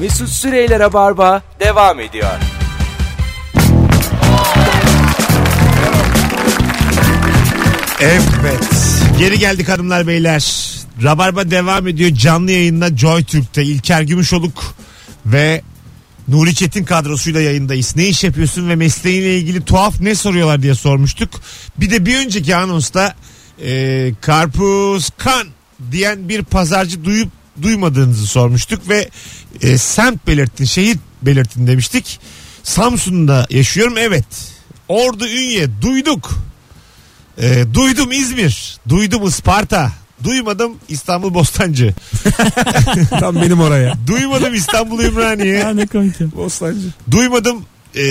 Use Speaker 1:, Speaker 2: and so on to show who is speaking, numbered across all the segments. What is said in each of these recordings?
Speaker 1: Mesut Süreyler'e barba devam ediyor.
Speaker 2: Evet. Geri geldik hanımlar beyler. Rabarba devam ediyor. Canlı yayında Joy Türk'te İlker Gümüşoluk ve Nuri Çetin kadrosuyla yayındayız. Ne iş yapıyorsun ve mesleğinle ilgili tuhaf ne soruyorlar diye sormuştuk. Bir de bir önceki anonsta e, karpuz kan diyen bir pazarcı duyup duymadığınızı sormuştuk ve e, semt belirtin, şehir belirtin demiştik. Samsun'da yaşıyorum evet. Ordu Ünye duyduk. E, duydum İzmir, duydum Isparta, duymadım İstanbul Bostancı,
Speaker 3: Tam benim oraya.
Speaker 2: duymadım İstanbul Ümraniye,
Speaker 4: Ya ne kanka.
Speaker 3: Bostancı.
Speaker 2: duymadım e,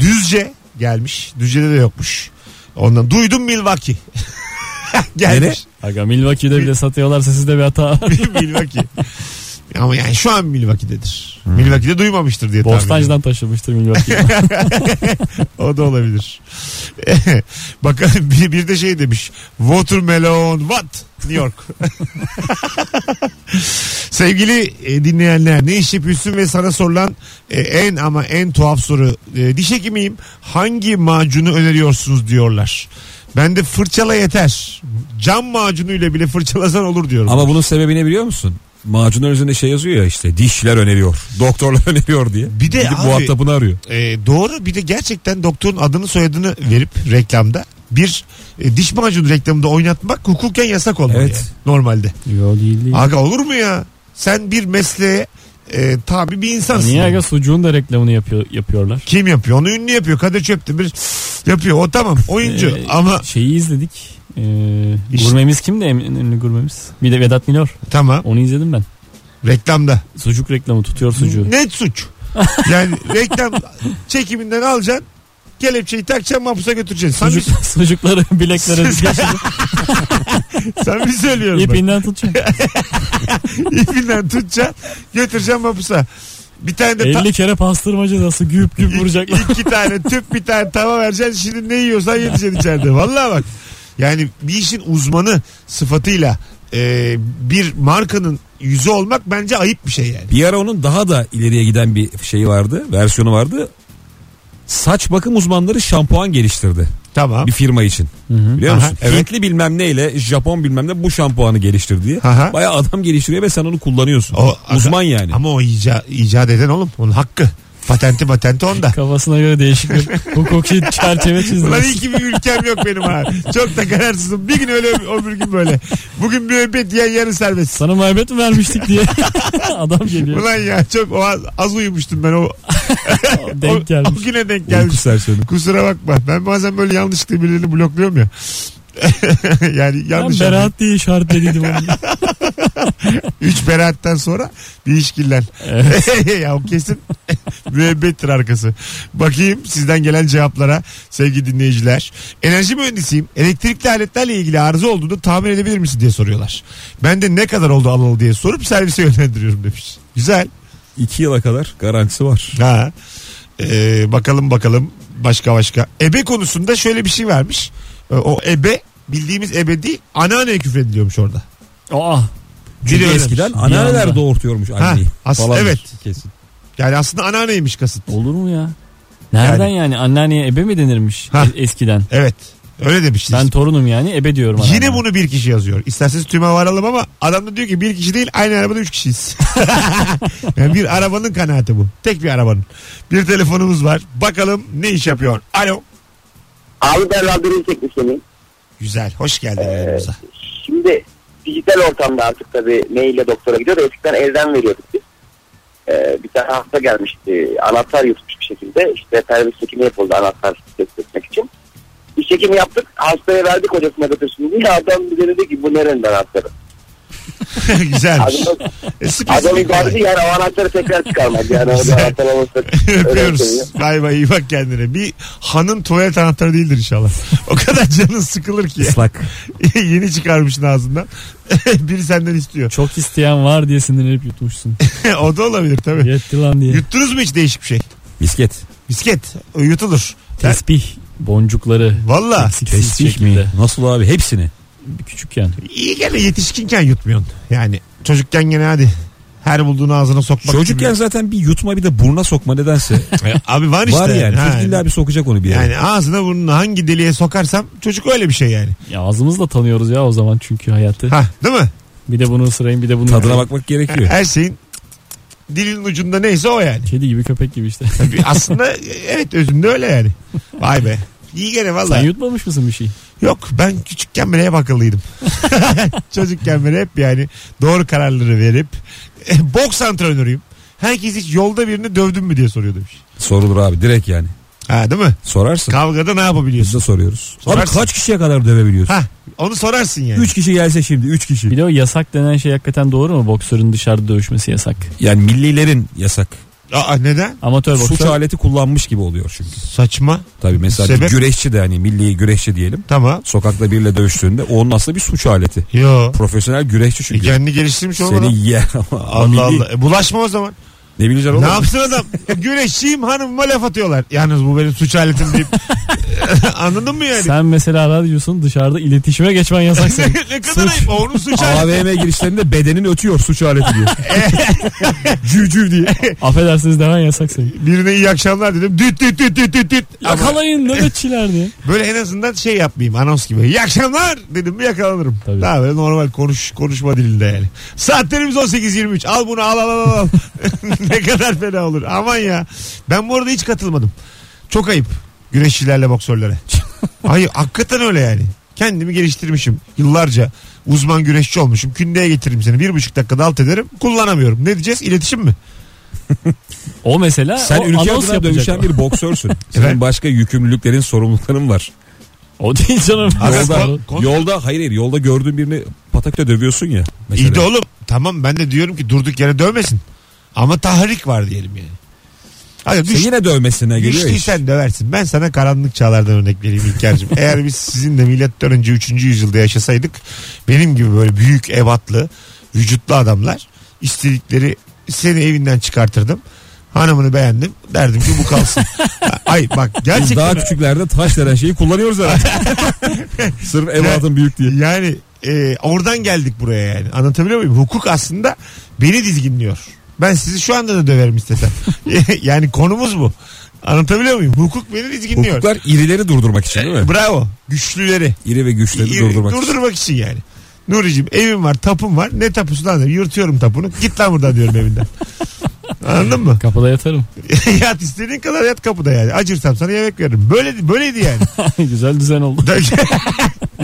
Speaker 2: Düzce gelmiş. Düzce'de de yokmuş. Ondan duydum Milwaukee. gelmiş.
Speaker 4: Aga Milwaukee'de bile satıyorlarsa sizde bir hata var.
Speaker 2: Milwaukee. Ama yani şu an Milwaukee'dedir. Milwaukee'de duymamıştır diye tahmin ediyorum.
Speaker 4: Bostancı'dan taşımıştır Milwaukee'ye.
Speaker 2: O da olabilir. Bakalım bir, bir de şey demiş. Watermelon what? New York. Sevgili e, dinleyenler ne iş yapıyorsun ve sana sorulan e, en ama en tuhaf soru. E, diş hekimiyim hangi macunu öneriyorsunuz diyorlar. Ben de fırçala yeter. Cam macunuyla bile fırçalasan olur diyorum.
Speaker 3: Ama bunun sebebi ne biliyor musun? Macunun üzerinde şey yazıyor ya işte dişler öneriyor. Doktorlar öneriyor diye.
Speaker 2: Bir de
Speaker 3: Gidip
Speaker 2: abi-
Speaker 3: muhatabını arıyor.
Speaker 2: E, doğru bir de gerçekten doktorun adını soyadını verip reklamda bir e, diş macunu reklamında oynatmak hukuken yasak olmalı
Speaker 3: Evet.
Speaker 2: yani, normalde.
Speaker 4: Yo değil değil.
Speaker 2: Aga olur mu ya? Sen bir mesleğe e, tabi bir insansın.
Speaker 4: Niye aga sucuğun da reklamını yapıyor, yapıyorlar?
Speaker 2: Kim yapıyor? Onu ünlü yapıyor. Kadir Çöptemir yapıyor. O tamam oyuncu
Speaker 4: Ee,
Speaker 2: ama
Speaker 4: Şeyi izledik. Ee,
Speaker 2: İşte-
Speaker 4: Gurmemiz kimdi en en ünlü gurmemiz? Bir de Vedat Milor.
Speaker 2: tamam
Speaker 4: Onu izledim ben.
Speaker 2: reklamda.
Speaker 4: Sucuk reklamı tutuyor sucuğu.
Speaker 2: Net suç. Yani reklam çekiminden alacaksın kelepçeyi takacaksın mahpusa götüreceksin. Sen
Speaker 4: Sucuk,
Speaker 2: mi,
Speaker 4: sucukları bileklere geçirip
Speaker 2: sen mi söylüyorum? ben?
Speaker 4: ipinden tutacak.
Speaker 2: İpinden tutacaksın götüreceksin mahpusa. Bir tane de ta-
Speaker 4: 50 kere pastırmacı nasıl güp güp vuracaklar.
Speaker 2: İki tane tüp bir tane tava vereceksin. Şimdi ne yiyorsan yiyeceksin içeride. Vallahi bak. Yani bir işin uzmanı sıfatıyla e, bir markanın yüzü olmak bence ayıp bir şey yani.
Speaker 3: Bir ara onun daha da ileriye giden bir şeyi vardı. Versiyonu vardı. Saç bakım uzmanları şampuan geliştirdi
Speaker 2: Tamam.
Speaker 3: bir firma için.
Speaker 4: Hı hı.
Speaker 3: Biliyor
Speaker 2: Aha,
Speaker 3: musun?
Speaker 2: evet.
Speaker 3: Hintli bilmem neyle Japon bilmem ne bu şampuanı geliştirdi diye.
Speaker 2: Aha.
Speaker 3: Bayağı adam geliştiriyor ve sen onu kullanıyorsun.
Speaker 2: O-
Speaker 3: Uzman yani.
Speaker 2: Ama o ica, icat eden oğlum. Onun hakkı. Patenti patenti onda.
Speaker 4: Kafasına göre değişik bir hukuki çerçeve
Speaker 2: Ulan
Speaker 4: çizdi.
Speaker 2: iyi ki bir ülkem yok benim ha. Çok da kararsızım. Bir gün öyle öbür gün böyle. Bugün müebbet diyen yarın serbest.
Speaker 4: Sana muhabbet mi vermiştik diye adam geliyor.
Speaker 2: Ulan ya çok o az, az uyumuştum ben o, o,
Speaker 4: Denk gelmiş.
Speaker 2: o güne denk
Speaker 3: Uyku
Speaker 2: gelmiş.
Speaker 3: serseri.
Speaker 2: Kusura bakma. Ben bazen böyle yanlışlıkla birilerini blokluyorum ya. yani
Speaker 4: Ben
Speaker 2: yanlış. anladım.
Speaker 4: Berat diye işaretliydim onu.
Speaker 2: Üç beraatten sonra bir işkiller. ya o kesin müebbettir arkası. Bakayım sizden gelen cevaplara sevgili dinleyiciler. Enerji mühendisiyim. Elektrikli aletlerle ilgili arıza olduğunda tamir edebilir misin diye soruyorlar. Ben de ne kadar oldu alalı diye sorup servise yönlendiriyorum demiş. Güzel.
Speaker 3: İki yıla kadar garantisi var.
Speaker 2: Ha. Ee, bakalım bakalım başka başka. Ebe konusunda şöyle bir şey vermiş. Ee, O ebe bildiğimiz ebe değil anneanneye küfrediliyormuş orada.
Speaker 4: Aa,
Speaker 3: Çünkü
Speaker 2: öyle
Speaker 3: eskiden
Speaker 4: demiş. Bir
Speaker 3: anneanneler
Speaker 4: anda.
Speaker 3: doğurtuyormuş anneyi.
Speaker 2: Ha, aslında
Speaker 3: falanmış.
Speaker 2: evet.
Speaker 3: Kesin.
Speaker 2: Yani aslında anneanneymiş kasıt.
Speaker 4: olur mu ya? Nereden yani, anneanneye ebe mi denirmiş
Speaker 2: Ha.
Speaker 4: e- eskiden?
Speaker 2: Evet öyle demişiz.
Speaker 4: Ben torunum yani ebe diyorum.
Speaker 2: Yine
Speaker 4: anneanneye.
Speaker 2: bunu bir kişi yazıyor. İsterseniz tüme varalım ama adam da diyor ki bir kişi değil aynı arabada üç kişiyiz. yani bir arabanın kanaati bu. Tek bir arabanın. Bir telefonumuz var. Bakalım ne iş yapıyor. Alo.
Speaker 5: Abi ben radyonu çekmiş benim.
Speaker 2: Güzel. Hoş geldin yayınımıza.
Speaker 5: Şimdi dijital ortamda artık tabii maille doktora gidiyor da eskiden elden veriyorduk biz. Ee, bir tane hasta gelmişti. Anahtar yutmuş bir şekilde. İşte servis çekimi yapıldı anahtar test etmek için. Bir çekimi yaptık. Hastaya verdik hocasına götürsün diye. Adam bize dedi ki bu nerenin anahtarı?
Speaker 2: Güzelmiş.
Speaker 5: Adam,
Speaker 2: E, spesifik
Speaker 5: adamın
Speaker 2: kolay.
Speaker 5: derdi yani o anahtarı tekrar çıkarmak. Yani o da
Speaker 2: Güzel.
Speaker 5: anahtar olması. şey
Speaker 2: Öpüyoruz. Bay bay iyi bak kendine. Bir hanın tuvalet anahtarı değildir inşallah. O kadar canın sıkılır ki.
Speaker 3: Islak.
Speaker 2: Yeni çıkarmışsın ağzından. Biri senden istiyor.
Speaker 4: Çok isteyen var diye sinirlenip yutmuşsun.
Speaker 2: o da olabilir tabii.
Speaker 4: Yetti lan diye.
Speaker 2: Yuttunuz mu hiç değişik bir şey?
Speaker 3: Misket.
Speaker 2: Bisket. O Yutulur.
Speaker 4: Tesbih boncukları.
Speaker 2: Valla.
Speaker 4: Eksiksiz
Speaker 3: Tesbih
Speaker 4: şekilde.
Speaker 3: Nasıl abi hepsini.
Speaker 4: Küçükken.
Speaker 2: İyi gene yetişkinken yutmuyorsun. Yani çocukken gene hadi. Her bulduğunu ağzına sokmak
Speaker 3: Çocukken
Speaker 2: gibi.
Speaker 3: zaten bir yutma bir de burna sokma nedense.
Speaker 2: E, Abi var işte.
Speaker 3: Var yani.
Speaker 2: Ha,
Speaker 3: Çocuk illa bir şey sokacak onu bir yere.
Speaker 2: yani ağzına burnunu hangi deliğe sokarsam çocuk öyle bir şey yani.
Speaker 4: Ya ağzımızla tanıyoruz ya o zaman çünkü hayatı.
Speaker 2: Ha, değil mi?
Speaker 4: Bir de bunu ısırayım bir de bunu.
Speaker 3: Tadına bakmak gerekiyor.
Speaker 2: Her şeyin dilin ucunda neyse o yani.
Speaker 4: Kedi gibi köpek gibi işte.
Speaker 2: Bir- Aslında evet özünde öyle yani. Vay be. İyi gene
Speaker 4: Sen
Speaker 2: valla.
Speaker 4: yutmamış mısın bir şey?
Speaker 2: Yok ben küçükken bile hep akıllıydım. Çocukken bile hep yani doğru kararları verip e, boks antrenörüyüm. Herkes hiç yolda birini dövdün mü diye soruyor demiş.
Speaker 3: Sorulur abi direkt yani.
Speaker 2: Ha değil mi?
Speaker 3: Sorarsın.
Speaker 2: Kavgada ne
Speaker 3: Biz
Speaker 2: yapabiliyorsun?
Speaker 3: de soruyoruz.
Speaker 2: Sorarsın.
Speaker 3: Abi kaç kişiye kadar dövebiliyorsun?
Speaker 2: Ha onu sorarsın yani.
Speaker 3: 3 kişi gelse şimdi 3 kişi.
Speaker 4: Bir de o yasak denen şey hakikaten doğru mu? Boksörün dışarıda dövüşmesi yasak.
Speaker 3: Yani millilerin yasak.
Speaker 2: Aa, neden?
Speaker 4: Amatör
Speaker 3: Suç
Speaker 4: boksör.
Speaker 3: aleti kullanmış gibi oluyor çünkü.
Speaker 2: Saçma.
Speaker 3: Tabii mesela bir
Speaker 2: Sebep?
Speaker 3: güreşçi de hani milli güreşçi diyelim.
Speaker 2: Tamam.
Speaker 3: Sokakta biriyle dövüştüğünde o onun aslında bir suç aleti.
Speaker 2: Yo.
Speaker 3: Profesyonel güreşçi
Speaker 2: E,
Speaker 3: çünkü.
Speaker 2: kendini geliştirmiş olmadan.
Speaker 3: Seni ye ama
Speaker 2: Allah
Speaker 3: milli-
Speaker 2: Allah. E, bulaşma o zaman.
Speaker 3: Ne bileceksin oğlum?
Speaker 2: Ne yapsın adam? Güreşçiyim hanımıma laf atıyorlar. Yalnız bu benim suç aletim deyip. Anladın mı yani?
Speaker 4: Sen mesela radyosun dışarıda iletişime geçmen yasak senin.
Speaker 2: ne kadar ayıp. O Onun suç aleti.
Speaker 3: AVM girişlerinde bedenin ötüyor suç aleti diye.
Speaker 4: E,
Speaker 2: Cücü diye.
Speaker 4: Affedersiniz demen yasak senin.
Speaker 2: Birine iyi akşamlar dedim. Düt düt düt düt düt düt. Ama
Speaker 4: Yakalayın nöbetçiler diye.
Speaker 2: böyle en azından şey yapmayayım anons gibi. İyi akşamlar dedim mi yakalanırım.
Speaker 4: Tabii.
Speaker 2: Daha böyle normal konuş konuşma dilinde yani. Saatlerimiz 18.23. Al bunu al al al al. ne kadar fena olur. Aman ya. Ben bu arada hiç katılmadım. Çok ayıp. Güreşçilerle boksörlere. Hayır hakikaten öyle yani. Kendimi geliştirmişim yıllarca. Uzman güreşçi olmuşum. Kündeye getiririm seni. Bir buçuk dakikada alt ederim. Kullanamıyorum. Ne diyeceğiz? İletişim mi?
Speaker 4: O mesela
Speaker 3: Sen
Speaker 4: o
Speaker 3: ülke
Speaker 4: anons
Speaker 3: adına
Speaker 4: yapacak.
Speaker 3: dövüşen bir boksörsün.
Speaker 2: Evet.
Speaker 3: Senin başka yükümlülüklerin, sorumlulukların var.
Speaker 4: O değil canım.
Speaker 2: Abi,
Speaker 4: Yolda-
Speaker 2: kon- kon-
Speaker 3: Yolda hayır hayır yolda gördüğün birini patakta dövüyorsun ya. Mesela.
Speaker 2: İyi de oğlum tamam ben de diyorum ki durduk yere dövmesin. Ama tahrik var diyelim yani. Hadi
Speaker 3: İşte
Speaker 2: düş,
Speaker 3: yine dövmesine geliyor ya iş.
Speaker 2: düştüysen döversin. Ben sana karanlık çağlardan örnek vereyim İlker'cim. Eğer biz sizinle milattan önce 3. yüzyılda yaşasaydık benim gibi böyle büyük ebatlı vücutlu adamlar istedikleri seni evinden çıkartırdım. Hanımını beğendim. Derdim ki bu kalsın. Ay bak
Speaker 3: Biz
Speaker 2: gerçekten
Speaker 3: daha küçüklerde taş denen şeyi kullanıyoruz herhalde. Sırf evladın büyük diye.
Speaker 2: Yani e, oradan geldik buraya yani. Anlatabiliyor muyum? Hukuk aslında beni dizginliyor. Ben sizi şu anda da döverim istesem. yani konumuz bu. Anlatabiliyor muyum? Hukuk beni dizginliyor.
Speaker 3: Hukuklar irileri durdurmak için değil mi?
Speaker 2: Bravo. Güçlüleri.
Speaker 3: İri ve güçleri
Speaker 2: İyi,
Speaker 3: durdurmak için.
Speaker 2: için. yani. Nuri'cim evim var tapum var. Ne tapusu lan? diyorum. Yırtıyorum tapunu. Git lan buradan diyorum evinden. Anladın mı?
Speaker 4: Kapıda yatarım.
Speaker 2: yat istediğin kadar yat kapıda yani. Acırsam sana yemek veririm. Böyle, böyleydi yani.
Speaker 4: Güzel düzen oldu.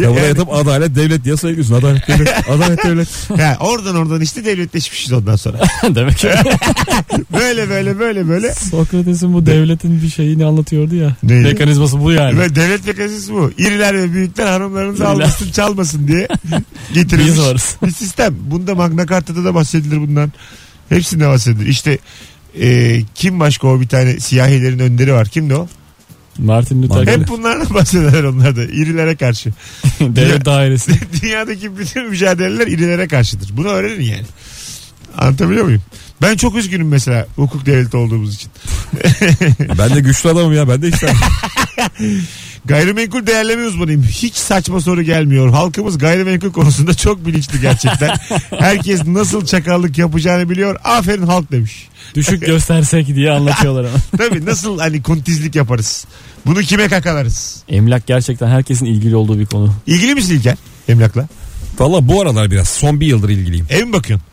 Speaker 3: Tavana yatıp adalet devlet diye sayıyorsun. Adalet devlet. adalet devlet.
Speaker 2: Ya oradan oradan işte devletleşmişiz ondan sonra.
Speaker 4: Demek ki
Speaker 2: Böyle böyle böyle böyle.
Speaker 4: Sokrates'in bu devletin bir şeyini anlatıyordu ya.
Speaker 2: Neydi?
Speaker 4: Mekanizması bu yani.
Speaker 2: Ve devlet mekanizması bu. İriler ve büyükler hanımlarınızı
Speaker 4: İriler.
Speaker 2: almasın çalmasın diye getirilmiş.
Speaker 4: Biz varız.
Speaker 2: Bir sistem. Bunda Magna Carta'da da bahsedilir bundan. Hepsinde bahsedilir. İşte e, kim başka o bir tane siyahilerin önderi var. Kimdi o?
Speaker 4: Martin Luther
Speaker 3: Martin-
Speaker 4: King
Speaker 2: Hep bunlardan bahsederler onlar da. İrilere karşı.
Speaker 4: devlet dairesi.
Speaker 2: Dünyadaki bütün mücadeleler irilere karşıdır. Bunu öğrenin yani. Anlatabiliyor muyum? Ben çok üzgünüm mesela hukuk devleti olduğumuz için.
Speaker 3: Ben de güçlü adamım ya. Ben de işte.
Speaker 2: Gayrimenkul değerleme uzmanıyım. Hiç saçma soru gelmiyor. Halkımız gayrimenkul konusunda çok bilinçli gerçekten. Herkes nasıl çakallık yapacağını biliyor. Aferin halk demiş.
Speaker 4: Düşük göstersek diye anlatıyorlar ama.
Speaker 2: Tabii nasıl hani kuntizlik yaparız. Bunu kime kakalarız?
Speaker 4: Emlak gerçekten herkesin ilgili olduğu bir konu.
Speaker 2: İlgili misin İlker? Emlakla.
Speaker 3: Valla bu aralar biraz son bir yıldır ilgiliyim.
Speaker 2: Ev mi bakıyorsun?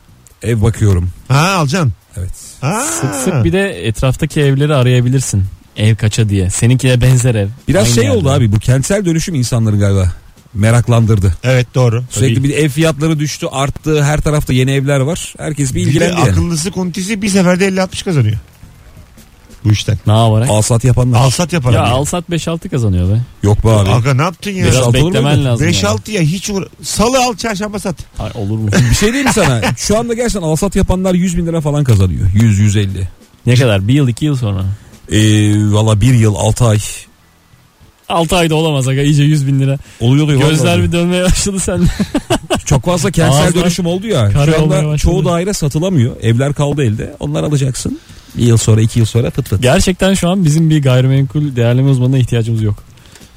Speaker 3: Ev bakıyorum.
Speaker 2: Ha alacaksın.
Speaker 3: Evet.
Speaker 2: Ha.
Speaker 4: Sık sık bir de etraftaki evleri arayabilirsin. Ev kaça diye. Seninkine benzer ev.
Speaker 3: Biraz
Speaker 4: Aynı
Speaker 3: şey
Speaker 4: yerde.
Speaker 3: oldu abi bu kentsel dönüşüm insanların galiba meraklandırdı.
Speaker 2: Evet doğru.
Speaker 3: Sürekli bir ev fiyatları düştü arttı her tarafta yeni evler var. Herkes bir
Speaker 2: Bir de
Speaker 3: ilgilendi yani.
Speaker 2: akıllısı kuntizi bir seferde 50-60 kazanıyor. Bu işten.
Speaker 4: Ne yaparak?
Speaker 3: Al sat yapanlar.
Speaker 2: Alsat yapar.
Speaker 4: ya
Speaker 2: abi.
Speaker 4: alsat 5-6 kazanıyor be.
Speaker 3: Yok be abi.
Speaker 2: Aga ne yaptın ya?
Speaker 3: Beş
Speaker 4: Biraz
Speaker 3: altı olur mu
Speaker 4: beklemen
Speaker 3: öyle?
Speaker 4: lazım. yani.
Speaker 2: 5-6'ya hiç uğra- Salı al çarşamba sat.
Speaker 4: Ay, olur mu?
Speaker 3: bir şey diyeyim mi sana? Şu anda gerçekten al sat yapanlar 100 bin lira falan kazanıyor. 100-150.
Speaker 4: ne kadar? Bir yıl iki yıl sonra.
Speaker 3: Ee, Valla bir yıl 6 ay.
Speaker 4: 6 ayda olamaz aga iyice 100 bin lira.
Speaker 3: Oluyor oluyor.
Speaker 4: Gözler
Speaker 3: vallahi.
Speaker 4: bir dönmeye başladı sende.
Speaker 3: Çok fazla kentsel
Speaker 4: Ağızlar
Speaker 3: dönüşüm oldu ya.
Speaker 4: kara
Speaker 3: Şu
Speaker 4: olmaya
Speaker 3: anda
Speaker 4: başladı.
Speaker 3: çoğu daire satılamıyor. Evler kaldı elde. Onları alacaksın. Bir yıl sonra iki yıl sonra fıt fıt.
Speaker 4: Gerçekten şu an bizim bir gayrimenkul değerleme uzmanına ihtiyacımız yok.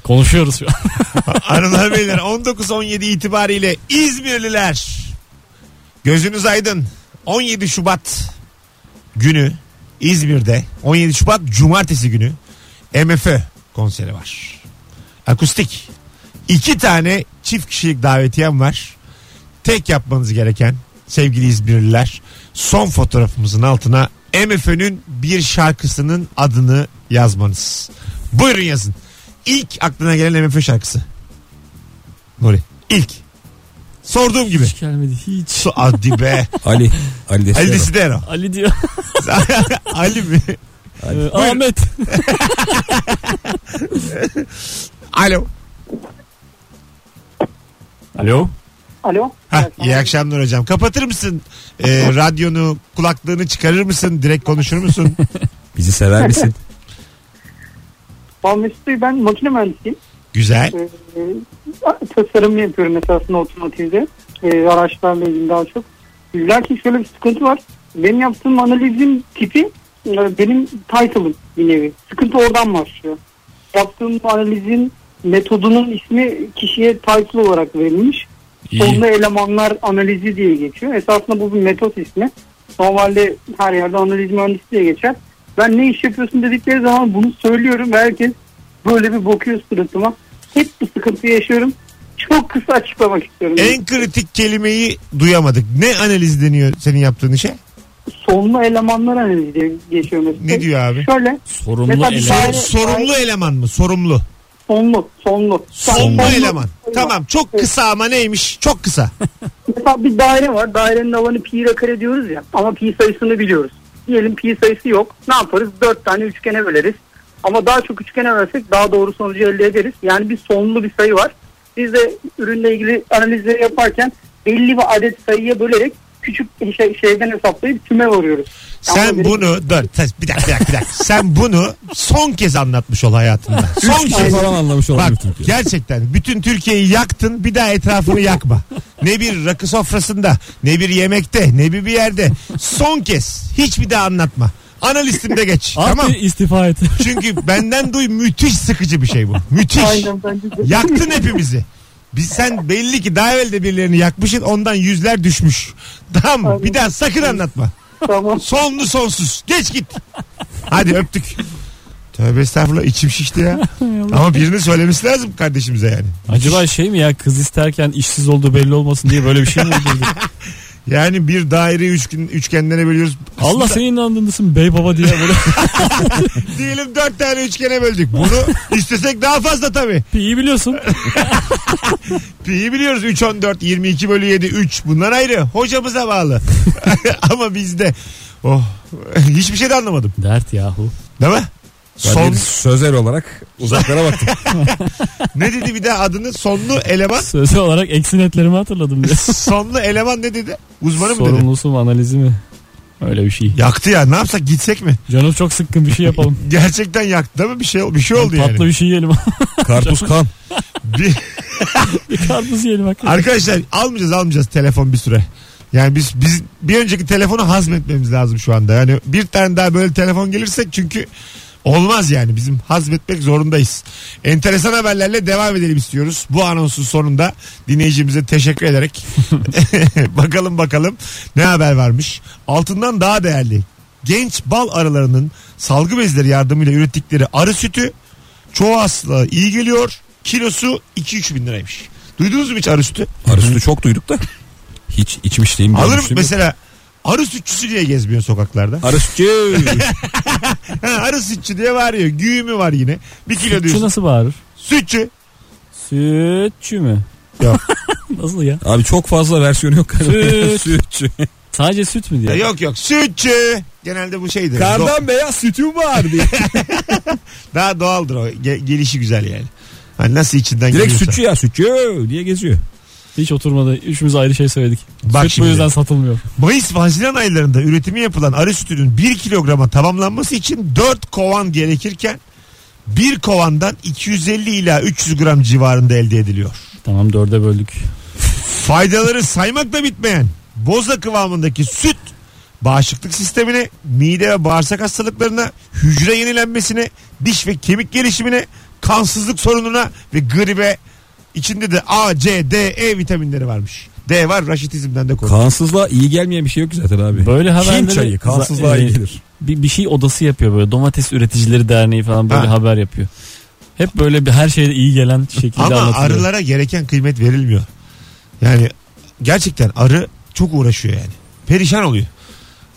Speaker 4: Konuşuyoruz şu an.
Speaker 2: Hanımlar beyler 19-17 itibariyle İzmirliler gözünüz aydın 17 Şubat günü İzmir'de 17 Şubat Cumartesi günü MFÖ konseri var. Akustik. İki tane çift kişilik davetiyem var. Tek yapmanız gereken sevgili İzmirliler son fotoğrafımızın altına MFÖ'nün bir şarkısının adını yazmanız. Buyurun yazın. İlk aklına gelen MFÖ şarkısı. Nuri. İlk. Sorduğum gibi.
Speaker 4: Hiç gelmedi hiç.
Speaker 2: Su hadi be.
Speaker 3: Ali. Ali
Speaker 2: Ali
Speaker 3: Desterov.
Speaker 2: Desidero.
Speaker 4: Ali diyor.
Speaker 2: Ali mi?
Speaker 4: Ee, Ahmet.
Speaker 2: Alo.
Speaker 4: Alo.
Speaker 6: Alo.
Speaker 2: Hah, iyi akşamlar hocam. Kapatır mısın Ee, radyonu, kulaklığını çıkarır mısın? Direkt konuşur musun?
Speaker 3: Bizi sever misin?
Speaker 6: Ben Mesut Bey, ben makine mühendisiyim.
Speaker 2: Güzel.
Speaker 6: Ee, tasarım yapıyorum esasında otomotivde. Ee, araçlarla ilgili daha çok. Lakin şöyle bir sıkıntı var. Benim yaptığım analizin tipi e, benim title'ım bir nevi. Sıkıntı oradan başlıyor. Yaptığım analizin metodunun ismi kişiye title olarak verilmiş.
Speaker 4: İyi.
Speaker 6: Sonunda elemanlar analizi diye geçiyor. Esasında bu bir metot ismi. Normalde her yerde analiz mühendisi diye geçer. Ben ne iş yapıyorsun dedikleri zaman bunu söylüyorum ve herkes böyle bir bakıyor suratıma. Hep bu sıkıntıyı yaşıyorum. Çok kısa açıklamak istiyorum.
Speaker 2: En kritik kelimeyi duyamadık. Ne analiz deniyor senin yaptığın işe?
Speaker 6: Sonlu elemanlar analizi diye geçiyor mesela.
Speaker 2: Ne diyor abi?
Speaker 6: Şöyle
Speaker 4: Sorumlu
Speaker 6: Mesela bir
Speaker 4: eleman.
Speaker 2: Sor-
Speaker 6: Hayır,
Speaker 2: sorumlu eleman mı? Sorumlu.
Speaker 6: sonlu, sonlu.
Speaker 2: Sonlu eleman.
Speaker 6: Sonlu.
Speaker 2: Tamam çok kısa ama neymiş? Çok kısa.
Speaker 6: Mesela bir daire var. Dairenin alanı pi kare diyoruz ya. Ama pi sayısını biliyoruz. Diyelim pi sayısı yok. Ne yaparız? Dört tane üçgene böleriz. Ama daha çok üçgene bölersek daha doğru sonucu elde ederiz. Yani bir sonlu bir sayı var. Biz de ürünle ilgili analizleri yaparken belli bir adet sayıya bölerek küçük şey, şeyden hesaplayıp tüme varıyoruz. Yani
Speaker 2: Sen
Speaker 6: böyle-
Speaker 2: bunu dur sen- bir dakika bir dakika, bir dakika. Sen bunu son kez anlatmış ol hayatında. Son
Speaker 3: Üç kişi
Speaker 2: kez.
Speaker 3: falan anlamış
Speaker 2: Bak
Speaker 3: olabilir Türkiye.
Speaker 2: gerçekten bütün Türkiye'yi yaktın bir daha etrafını yakma. Ne bir rakı sofrasında ne bir yemekte ne bir bir yerde. Son kez hiçbir daha anlatma. Analistimde geç
Speaker 4: Artı
Speaker 2: tamam.
Speaker 4: istifa et.
Speaker 2: Çünkü benden duy müthiş sıkıcı bir şey bu. Müthiş.
Speaker 6: Aynen bence de.
Speaker 2: Yaktın hepimizi. Biz sen belli ki daha evvel de birilerini yakmışsın ondan yüzler düşmüş. Tamam mı? Bir daha sakın anlatma.
Speaker 6: Tamam.
Speaker 2: Sonlu sonsuz. Geç git. Hadi öptük. Tövbe estağfurullah içim şişti ya. Ama birini söylemesi lazım kardeşimize yani.
Speaker 4: Acaba şey mi ya kız isterken işsiz olduğu belli olmasın diye böyle bir şey mi uydurdu?
Speaker 2: Yani bir daireyi üç gün, üçgenlere bölüyoruz.
Speaker 4: Allah seni inandırmasın bey baba diye böyle
Speaker 2: Diyelim dört tane üçgene böldük. Bunu istesek daha fazla tabii.
Speaker 4: iyi biliyorsun.
Speaker 2: Pi'yi biliyoruz. 3, 14, 22 bölü 7, 3. Bunlar ayrı. Hocamıza bağlı. Ama bizde. Oh. Hiçbir şey de anlamadım.
Speaker 4: Dert yahu.
Speaker 2: Değil mi?
Speaker 3: Ben
Speaker 2: Son,
Speaker 3: bir sözel olarak uzaklara baktım.
Speaker 2: ne dedi bir de adını? Sonlu eleman.
Speaker 4: Sözlü olarak eksi netlerimi hatırladım diye.
Speaker 2: Sonlu eleman ne dedi? Uzmanı mı dedi?
Speaker 4: Sorumlusu mu analizi mi? Öyle bir şey.
Speaker 2: Yaktı ya. Ne yapsak gitsek mi?
Speaker 4: Canım çok sıkkın bir şey yapalım.
Speaker 2: Gerçekten yaktı değil mi? Bir şey, bir şey oldu
Speaker 4: Tatlı
Speaker 2: yani.
Speaker 4: bir şey yiyelim.
Speaker 3: Karpuz kan.
Speaker 2: Bir-
Speaker 4: bir karpuz yiyelim hakikaten.
Speaker 2: Arkadaşlar almayacağız almayacağız telefon bir süre. Yani biz biz bir önceki telefonu hazmetmemiz lazım şu anda. Yani bir tane daha böyle telefon gelirsek çünkü olmaz yani bizim hazmetmek zorundayız. Enteresan haberlerle devam edelim istiyoruz. Bu anonsun sonunda dinleyicimize teşekkür ederek bakalım bakalım ne haber varmış. Altından daha değerli genç bal arılarının salgı bezleri yardımıyla ürettikleri arı sütü çoğu asla iyi geliyor. Kilosu 2-3 bin liraymış. Duydunuz mu hiç arı sütü?
Speaker 3: Arıstı çok duyduk da. Hiç içmişliğim
Speaker 2: Alırım
Speaker 3: görmüşlüğüm yok.
Speaker 2: mesela arı sütçüsü diye gezmiyor sokaklarda.
Speaker 3: Arıstçı.
Speaker 2: Ha, arı sütçü diye bağırıyor. Güğümü var yine. Bir kilo
Speaker 4: Sütçü
Speaker 2: diyorsun.
Speaker 4: nasıl bağırır?
Speaker 2: Sütçü.
Speaker 4: Sütçü mü?
Speaker 2: Yok.
Speaker 4: nasıl ya?
Speaker 3: Abi çok fazla versiyonu yok galiba.
Speaker 4: Süt.
Speaker 3: Sütçü.
Speaker 4: Sadece süt mü
Speaker 2: Ya
Speaker 4: diyor?
Speaker 2: yok yok sütçü. Genelde bu şeydir. Do-
Speaker 3: beyaz sütüm var diye.
Speaker 2: daha doğaldır o. Ge- gelişi güzel yani. Hani nasıl içinden
Speaker 3: Direkt
Speaker 2: geliyorsa.
Speaker 3: sütçü ya sütçü diye geziyor.
Speaker 4: Hiç oturmadı. Üçümüz ayrı şey söyledik.
Speaker 2: Bak
Speaker 4: süt
Speaker 2: şimdi.
Speaker 4: bu yüzden satılmıyor.
Speaker 2: Mayıs ve Haziran aylarında üretimi yapılan arı sütünün 1 kilograma tamamlanması için 4 kovan gerekirken bir kovandan 250 ila 300 gram civarında elde ediliyor.
Speaker 4: Tamam dörde böldük.
Speaker 2: Faydaları saymakla bitmeyen boza kıvamındaki süt bağışıklık sistemine, mide ve bağırsak hastalıklarına, hücre yenilenmesine, diş ve kemik gelişimine, kansızlık sorununa ve gribe içinde de A, C, D, E vitaminleri varmış. D var raşitizmden de korktum.
Speaker 3: Kansızlığa iyi gelmeyen bir şey yok ki zaten abi.
Speaker 4: Böyle haberleri-
Speaker 3: Hint çayı kansızlığa iyi
Speaker 4: Za- e,
Speaker 3: gelir.
Speaker 4: Bir, bir şey odası yapıyor böyle. Domates Üreticileri Derneği falan böyle
Speaker 2: Ha.
Speaker 4: haber yapıyor. Hep böyle bir her şeyde iyi gelen şekilde
Speaker 2: Ama
Speaker 4: anlatılıyor.
Speaker 2: arılara gereken kıymet verilmiyor. Yani gerçekten arı çok uğraşıyor yani. Perişan oluyor.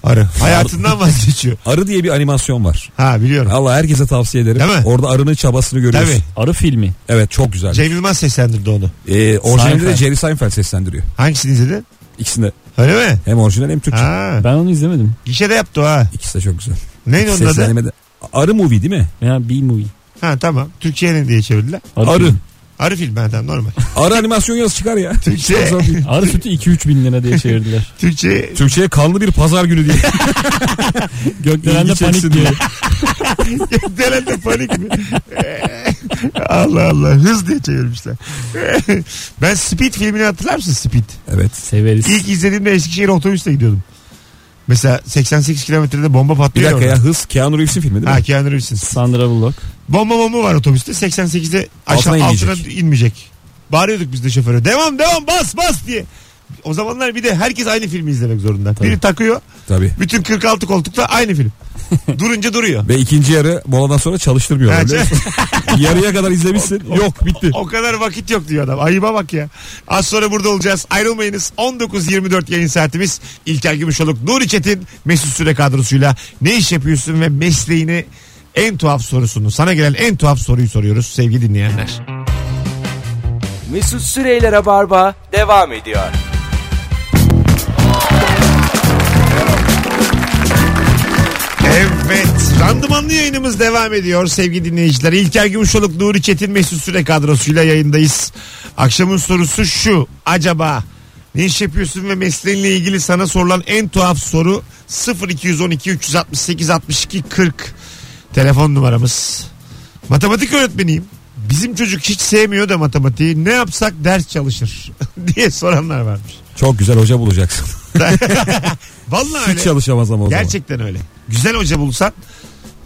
Speaker 2: Arı. Hayatından vazgeçiyor.
Speaker 3: Arı diye bir animasyon var.
Speaker 2: Ha biliyorum.
Speaker 3: Allah herkese tavsiye ederim.
Speaker 2: Değil mi?
Speaker 3: Orada arının çabasını görüyorsun.
Speaker 2: Tabii.
Speaker 4: Arı filmi.
Speaker 3: Evet çok güzel.
Speaker 2: Cem Yılmaz seslendirdi onu.
Speaker 3: Ee, orijinalinde de
Speaker 4: Seinfeld.
Speaker 3: Jerry Seinfeld seslendiriyor.
Speaker 2: Hangisini izledin?
Speaker 3: İkisinde.
Speaker 2: Öyle mi?
Speaker 3: Hem orijinal hem Türkçe.
Speaker 2: Ha.
Speaker 4: Ben onu izlemedim.
Speaker 2: Gişe de yaptı o ha.
Speaker 3: İkisi de çok güzel.
Speaker 2: Neydi onun adı?
Speaker 3: Seslenmede. Arı movie değil mi?
Speaker 4: Ya B-movie.
Speaker 2: Ha tamam. Türkiye'nin diye çevirdiler.
Speaker 3: Arı.
Speaker 4: filmi.
Speaker 2: Arı film ha, tamam normal.
Speaker 3: Arı animasyon yaz çıkar ya.
Speaker 2: Türkçe.
Speaker 3: Çok zor değil.
Speaker 4: Arı sütü 2-3 bin lira diye çevirdiler.
Speaker 2: Türkçe
Speaker 3: Türkçe'ye kanlı bir pazar günü diye.
Speaker 4: Gökdelen de
Speaker 3: İlgi çeksin
Speaker 4: panik diye.
Speaker 2: Delen de panik mi? Allah Allah. Hız diye çevirmişler. ben Speed filmini hatırlar mısın Speed?
Speaker 3: evet.
Speaker 4: Severiz.
Speaker 2: İlk izlediğimde Eskişehir otobüste gidiyordum. Mesela 88 kilometrede bomba
Speaker 3: Bir
Speaker 2: patlıyor.
Speaker 3: dakika ya
Speaker 2: orada.
Speaker 3: hız Keanu Reeves'in filmi değil mi?
Speaker 2: Ha Keanu Reeves'in.
Speaker 4: Sandra Bullock.
Speaker 2: Bomba bomba var otobüste. 88'de aşağı altına
Speaker 3: Altına
Speaker 2: inmeyecek.
Speaker 3: inmeyecek.
Speaker 2: Bağırıyorduk biz de şoföre. Devam devam bas bas diye. O zamanlar bir de herkes aynı filmi izlemek zorunda.
Speaker 4: Tabii.
Speaker 2: Biri takıyor.
Speaker 3: Tabii.
Speaker 2: Bütün 46 koltukta aynı film. Durunca duruyor.
Speaker 3: Ve ikinci yarı moladan sonra çalıştırmıyorlar.
Speaker 2: Bence-
Speaker 3: biliyor musun? Yarıya kadar izlemişsin. Yok bitti.
Speaker 2: O kadar vakit yok diyor adam. Ayıba bak ya. Az sonra burada olacağız. Ayrılmayınız. 19.24 yayın saatimiz. İlker Gümüşoluk, Nuri Çetin, Mesut Süre kadrosuyla ne iş yapıyorsun ve mesleğini en tuhaf sorusunu, sana gelen en tuhaf soruyu soruyoruz sevgili dinleyenler.
Speaker 1: Mesut Süreyler'e barba devam ediyor.
Speaker 2: Evet, randımanlı yayınımız devam ediyor sevgili dinleyiciler. İlker Gümüşoluk, Nuri Çetin, Mesut Süre kadrosuyla yayındayız. Akşamın sorusu şu. Acaba ne iş yapıyorsun ve mesleğinle ilgili sana sorulan en tuhaf soru 0212 368 62 40 telefon numaramız. Matematik öğretmeniyim. Bizim çocuk hiç sevmiyor da matematiği. Ne yapsak ders çalışır diye soranlar varmış.
Speaker 3: Çok güzel hoca bulacaksın.
Speaker 2: Vallahi öyle.
Speaker 3: Hiç çalışamaz ama o zaman.
Speaker 2: Gerçekten öyle. Güzel hoca bulsan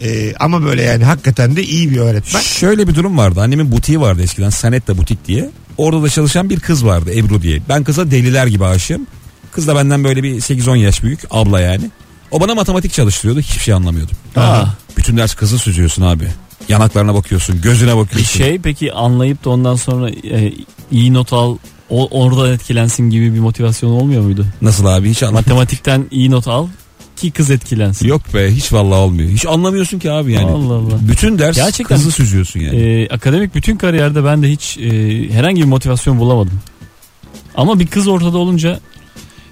Speaker 2: e, ama böyle yani hakikaten de iyi bir öğretmen.
Speaker 3: Şöyle bir durum vardı. Annemin butiği vardı eskiden. Sanetle butik diye. Orada da çalışan bir kız vardı Ebru diye. Ben kıza deliler gibi aşığım. Kız da benden böyle bir 8-10 yaş büyük. Abla yani. O bana matematik çalıştırıyordu. Hiçbir şey anlamıyordum.
Speaker 4: Aa.
Speaker 3: Bütün ders kızı süzüyorsun abi. Yanaklarına bakıyorsun, gözüne
Speaker 4: Bir
Speaker 3: bakıyorsun.
Speaker 4: şey peki anlayıp da ondan sonra e, iyi not al o, oradan etkilensin gibi bir motivasyon olmuyor muydu?
Speaker 3: Nasıl abi hiç anlam.
Speaker 4: Matematikten iyi not al ki kız etkilensin.
Speaker 3: Yok be hiç vallahi olmuyor. Hiç anlamıyorsun ki abi yani.
Speaker 4: Allah Allah.
Speaker 3: Bütün ders
Speaker 4: Gerçekten.
Speaker 3: kızı süzüyorsun yani.
Speaker 4: E, akademik bütün kariyerde ben de hiç e, herhangi bir motivasyon bulamadım. Ama bir kız ortada olunca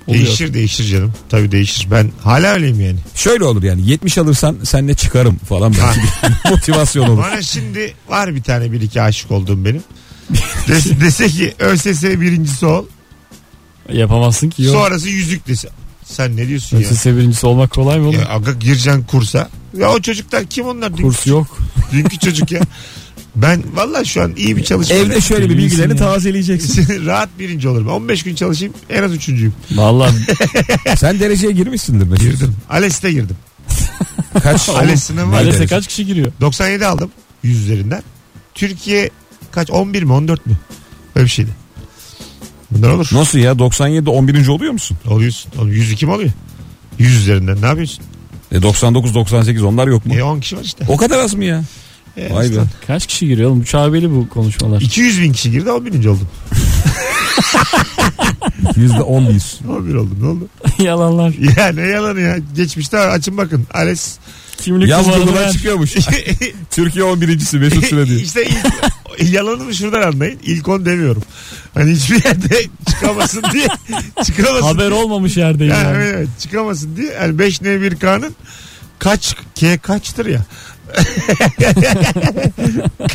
Speaker 4: oluyor.
Speaker 2: Değişir değişir canım. Tabii değişir. Ben hala öyleyim yani.
Speaker 3: Şöyle olur yani 70 alırsan senle çıkarım falan belki bir motivasyon olur.
Speaker 2: Bana şimdi var bir tane bir iki aşık olduğum benim. Des- dese ki ÖSS birincisi ol.
Speaker 4: Yapamazsın ki yok.
Speaker 2: Sonrası yüzük dese. Sen ne diyorsun ya?
Speaker 4: ÖSS birincisi olmak kolay mı oğlum?
Speaker 2: Ya aga gireceksin kursa. Ya o çocuklar kim onlar? Dünkü,
Speaker 4: Kurs yok.
Speaker 2: dünkü çocuk ya. Ben valla şu an iyi bir çalışma.
Speaker 3: Evde şöyle bir bilgilerini
Speaker 4: Ya.
Speaker 3: tazeleyeceksin.
Speaker 2: Rahat birinci olurum. 15 gün çalışayım en az üçüncüyüm.
Speaker 4: Vallahi
Speaker 3: Sen dereceye girmişsindir be.
Speaker 2: Girdim. ALES'te girdim.
Speaker 3: Kaç?
Speaker 2: ALES sınavı var.
Speaker 4: ALES'e kaç kişi giriyor?
Speaker 2: 97 aldım 100 üzerinden. Türkiye kaç 11 mi 14 mü? Öyle bir şeydi. Bunlar olur.
Speaker 3: Nasıl ya 97'de 11. oluyor musun?
Speaker 2: Oluyorsun. Oğlum 102 mi oluyor? 100 üzerinden ne yapıyorsun?
Speaker 3: E 99 98 onlar yok mu?
Speaker 2: E 10 kişi var işte.
Speaker 3: O kadar az mı ya?
Speaker 2: E,
Speaker 3: Vay be.
Speaker 2: işte.
Speaker 4: Kaç kişi giriyor oğlum? Müçabeli bu konuşmalar.
Speaker 2: 200 bin kişi girdi 11. oldum.
Speaker 3: %10 değiliz.
Speaker 2: 11 oldum ne oldu?
Speaker 4: Yalanlar.
Speaker 2: Ya ne yalanı ya. Geçmişte var, açın bakın. Ales.
Speaker 4: Kimlik
Speaker 3: Yaz
Speaker 4: numaraları
Speaker 3: yılına
Speaker 4: ver.
Speaker 3: çıkıyormuş. Türkiye 11.si Mesut Süre diyor.
Speaker 2: işte ilk, yalanımı şuradan anlayın. İlk 10 demiyorum. Hani hiçbir yerde çıkamasın diye. Çıkamasın
Speaker 4: Haber olmamış yerdeyim.
Speaker 2: Ya,
Speaker 4: yani.
Speaker 2: evet, çıkamasın diye. Yani 5 n 1 K'nın kaç K kaçtır ya.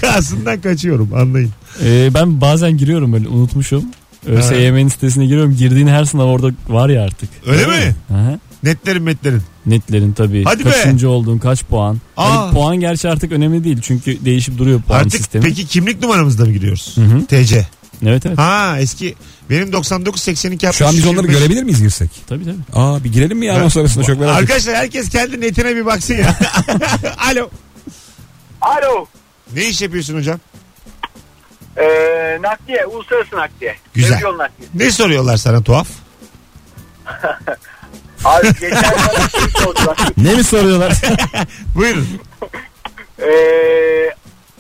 Speaker 2: K'sından kaçıyorum anlayın.
Speaker 4: Ee, ben bazen giriyorum böyle unutmuşum. ÖSYM'nin sitesine giriyorum. Girdiğin her sınav orada var ya artık.
Speaker 2: Öyle mi?
Speaker 4: Aha.
Speaker 2: Netlerin metlerin.
Speaker 4: Netlerin tabii.
Speaker 2: Hadi be.
Speaker 4: Kaçıncı olduğun, kaç puan.
Speaker 2: Aa.
Speaker 4: Hani puan gerçi artık önemli değil. Çünkü değişip duruyor puan
Speaker 2: Artık
Speaker 4: sistemi.
Speaker 2: peki kimlik numaramızla mı giriyoruz?
Speaker 4: Hı hı.
Speaker 2: TC.
Speaker 4: Evet evet.
Speaker 2: Ha eski benim 99 82
Speaker 3: Şu an biz
Speaker 2: 63,
Speaker 3: onları
Speaker 2: 25.
Speaker 3: görebilir miyiz girsek?
Speaker 4: Tabii tabii.
Speaker 3: Aa bir girelim mi ya ondan sonrasında çok merak ettim.
Speaker 2: Arkadaşlar herkes kendi netine bir baksın ya. Alo.
Speaker 7: Alo.
Speaker 2: Ne iş yapıyorsun hocam?
Speaker 7: Ee, Ee, nakliye, uluslararası nakliye.
Speaker 2: Güzel.
Speaker 7: Devlet yol nakliye.
Speaker 2: Ne soruyorlar sana tuhaf?
Speaker 7: Abi geçen bana bir şey sordular.
Speaker 3: Ne mi soruyorlar?
Speaker 2: Buyurun.
Speaker 7: Ee,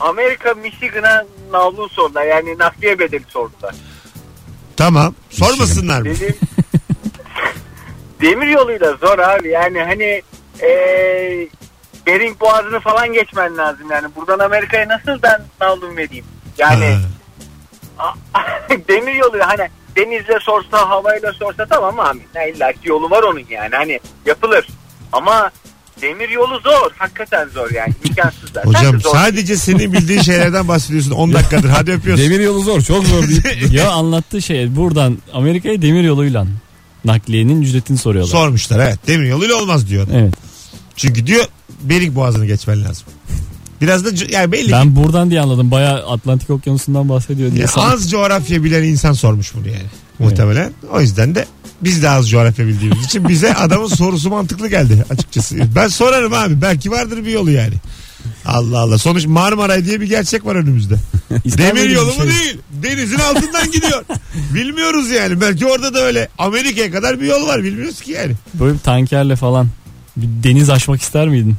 Speaker 7: Amerika Michigan'a navlun sordular. Yani nakliye bedeli sordular.
Speaker 2: Tamam.
Speaker 4: şey
Speaker 2: Sormasınlar mı?
Speaker 7: Dedim demir yoluyla zor abi. Yani hani ee, Bering Boğazı'nı falan geçmen lazım. Yani buradan Amerika'ya nasıl ben navlun vereyim? Yani
Speaker 2: Ha.
Speaker 7: demir yolu hani denizle sorsa havayla sorsa tamam abi. Ne illa ki yolu var onun yani hani yapılır. Ama demir yolu zor. Hakikaten zor yani. imkansız zaten.
Speaker 2: Hocam
Speaker 7: zor.
Speaker 2: sadece senin bildiğin şeylerden bahsediyorsun. 10 dakikadır. Hadi öpüyorsun.
Speaker 3: Demir yolu zor çok zor değil.
Speaker 4: ya anlattığı şey buradan Amerika'ya demir yoluyla nakliyenin ücretini soruyorlar.
Speaker 2: Sormuşlar evet. Demir yoluyla olmaz diyor.
Speaker 4: evet.
Speaker 2: Çünkü diyor Bering Boğazı'nı geçmen lazım. Biraz da co- yani belli ki
Speaker 4: Ben buradan diye anladım. Bayağı Atlantik Okyanusu'ndan bahsediyor diye.
Speaker 2: ya
Speaker 4: sandım.
Speaker 2: az coğrafya bilen insan sormuş bunu yani. Muhtemelen. O yüzden de biz de az coğrafya bildiğimiz için bize adamın sorusu mantıklı geldi açıkçası. Ben sorarım abi. Belki vardır bir yolu yani. Allah Allah. Sonuç Marmaray diye bir gerçek var önümüzde.
Speaker 4: İstanbul'a
Speaker 2: Demir
Speaker 4: gibi
Speaker 2: yolu
Speaker 4: bir
Speaker 2: mu
Speaker 4: şey.
Speaker 2: değil? Denizin altından gidiyor. Bilmiyoruz yani. Belki orada da öyle. Amerika'ya kadar bir yol var. Bilmiyoruz ki yani.
Speaker 4: Böyle bir tankerle falan bir deniz aşmak ister miydin?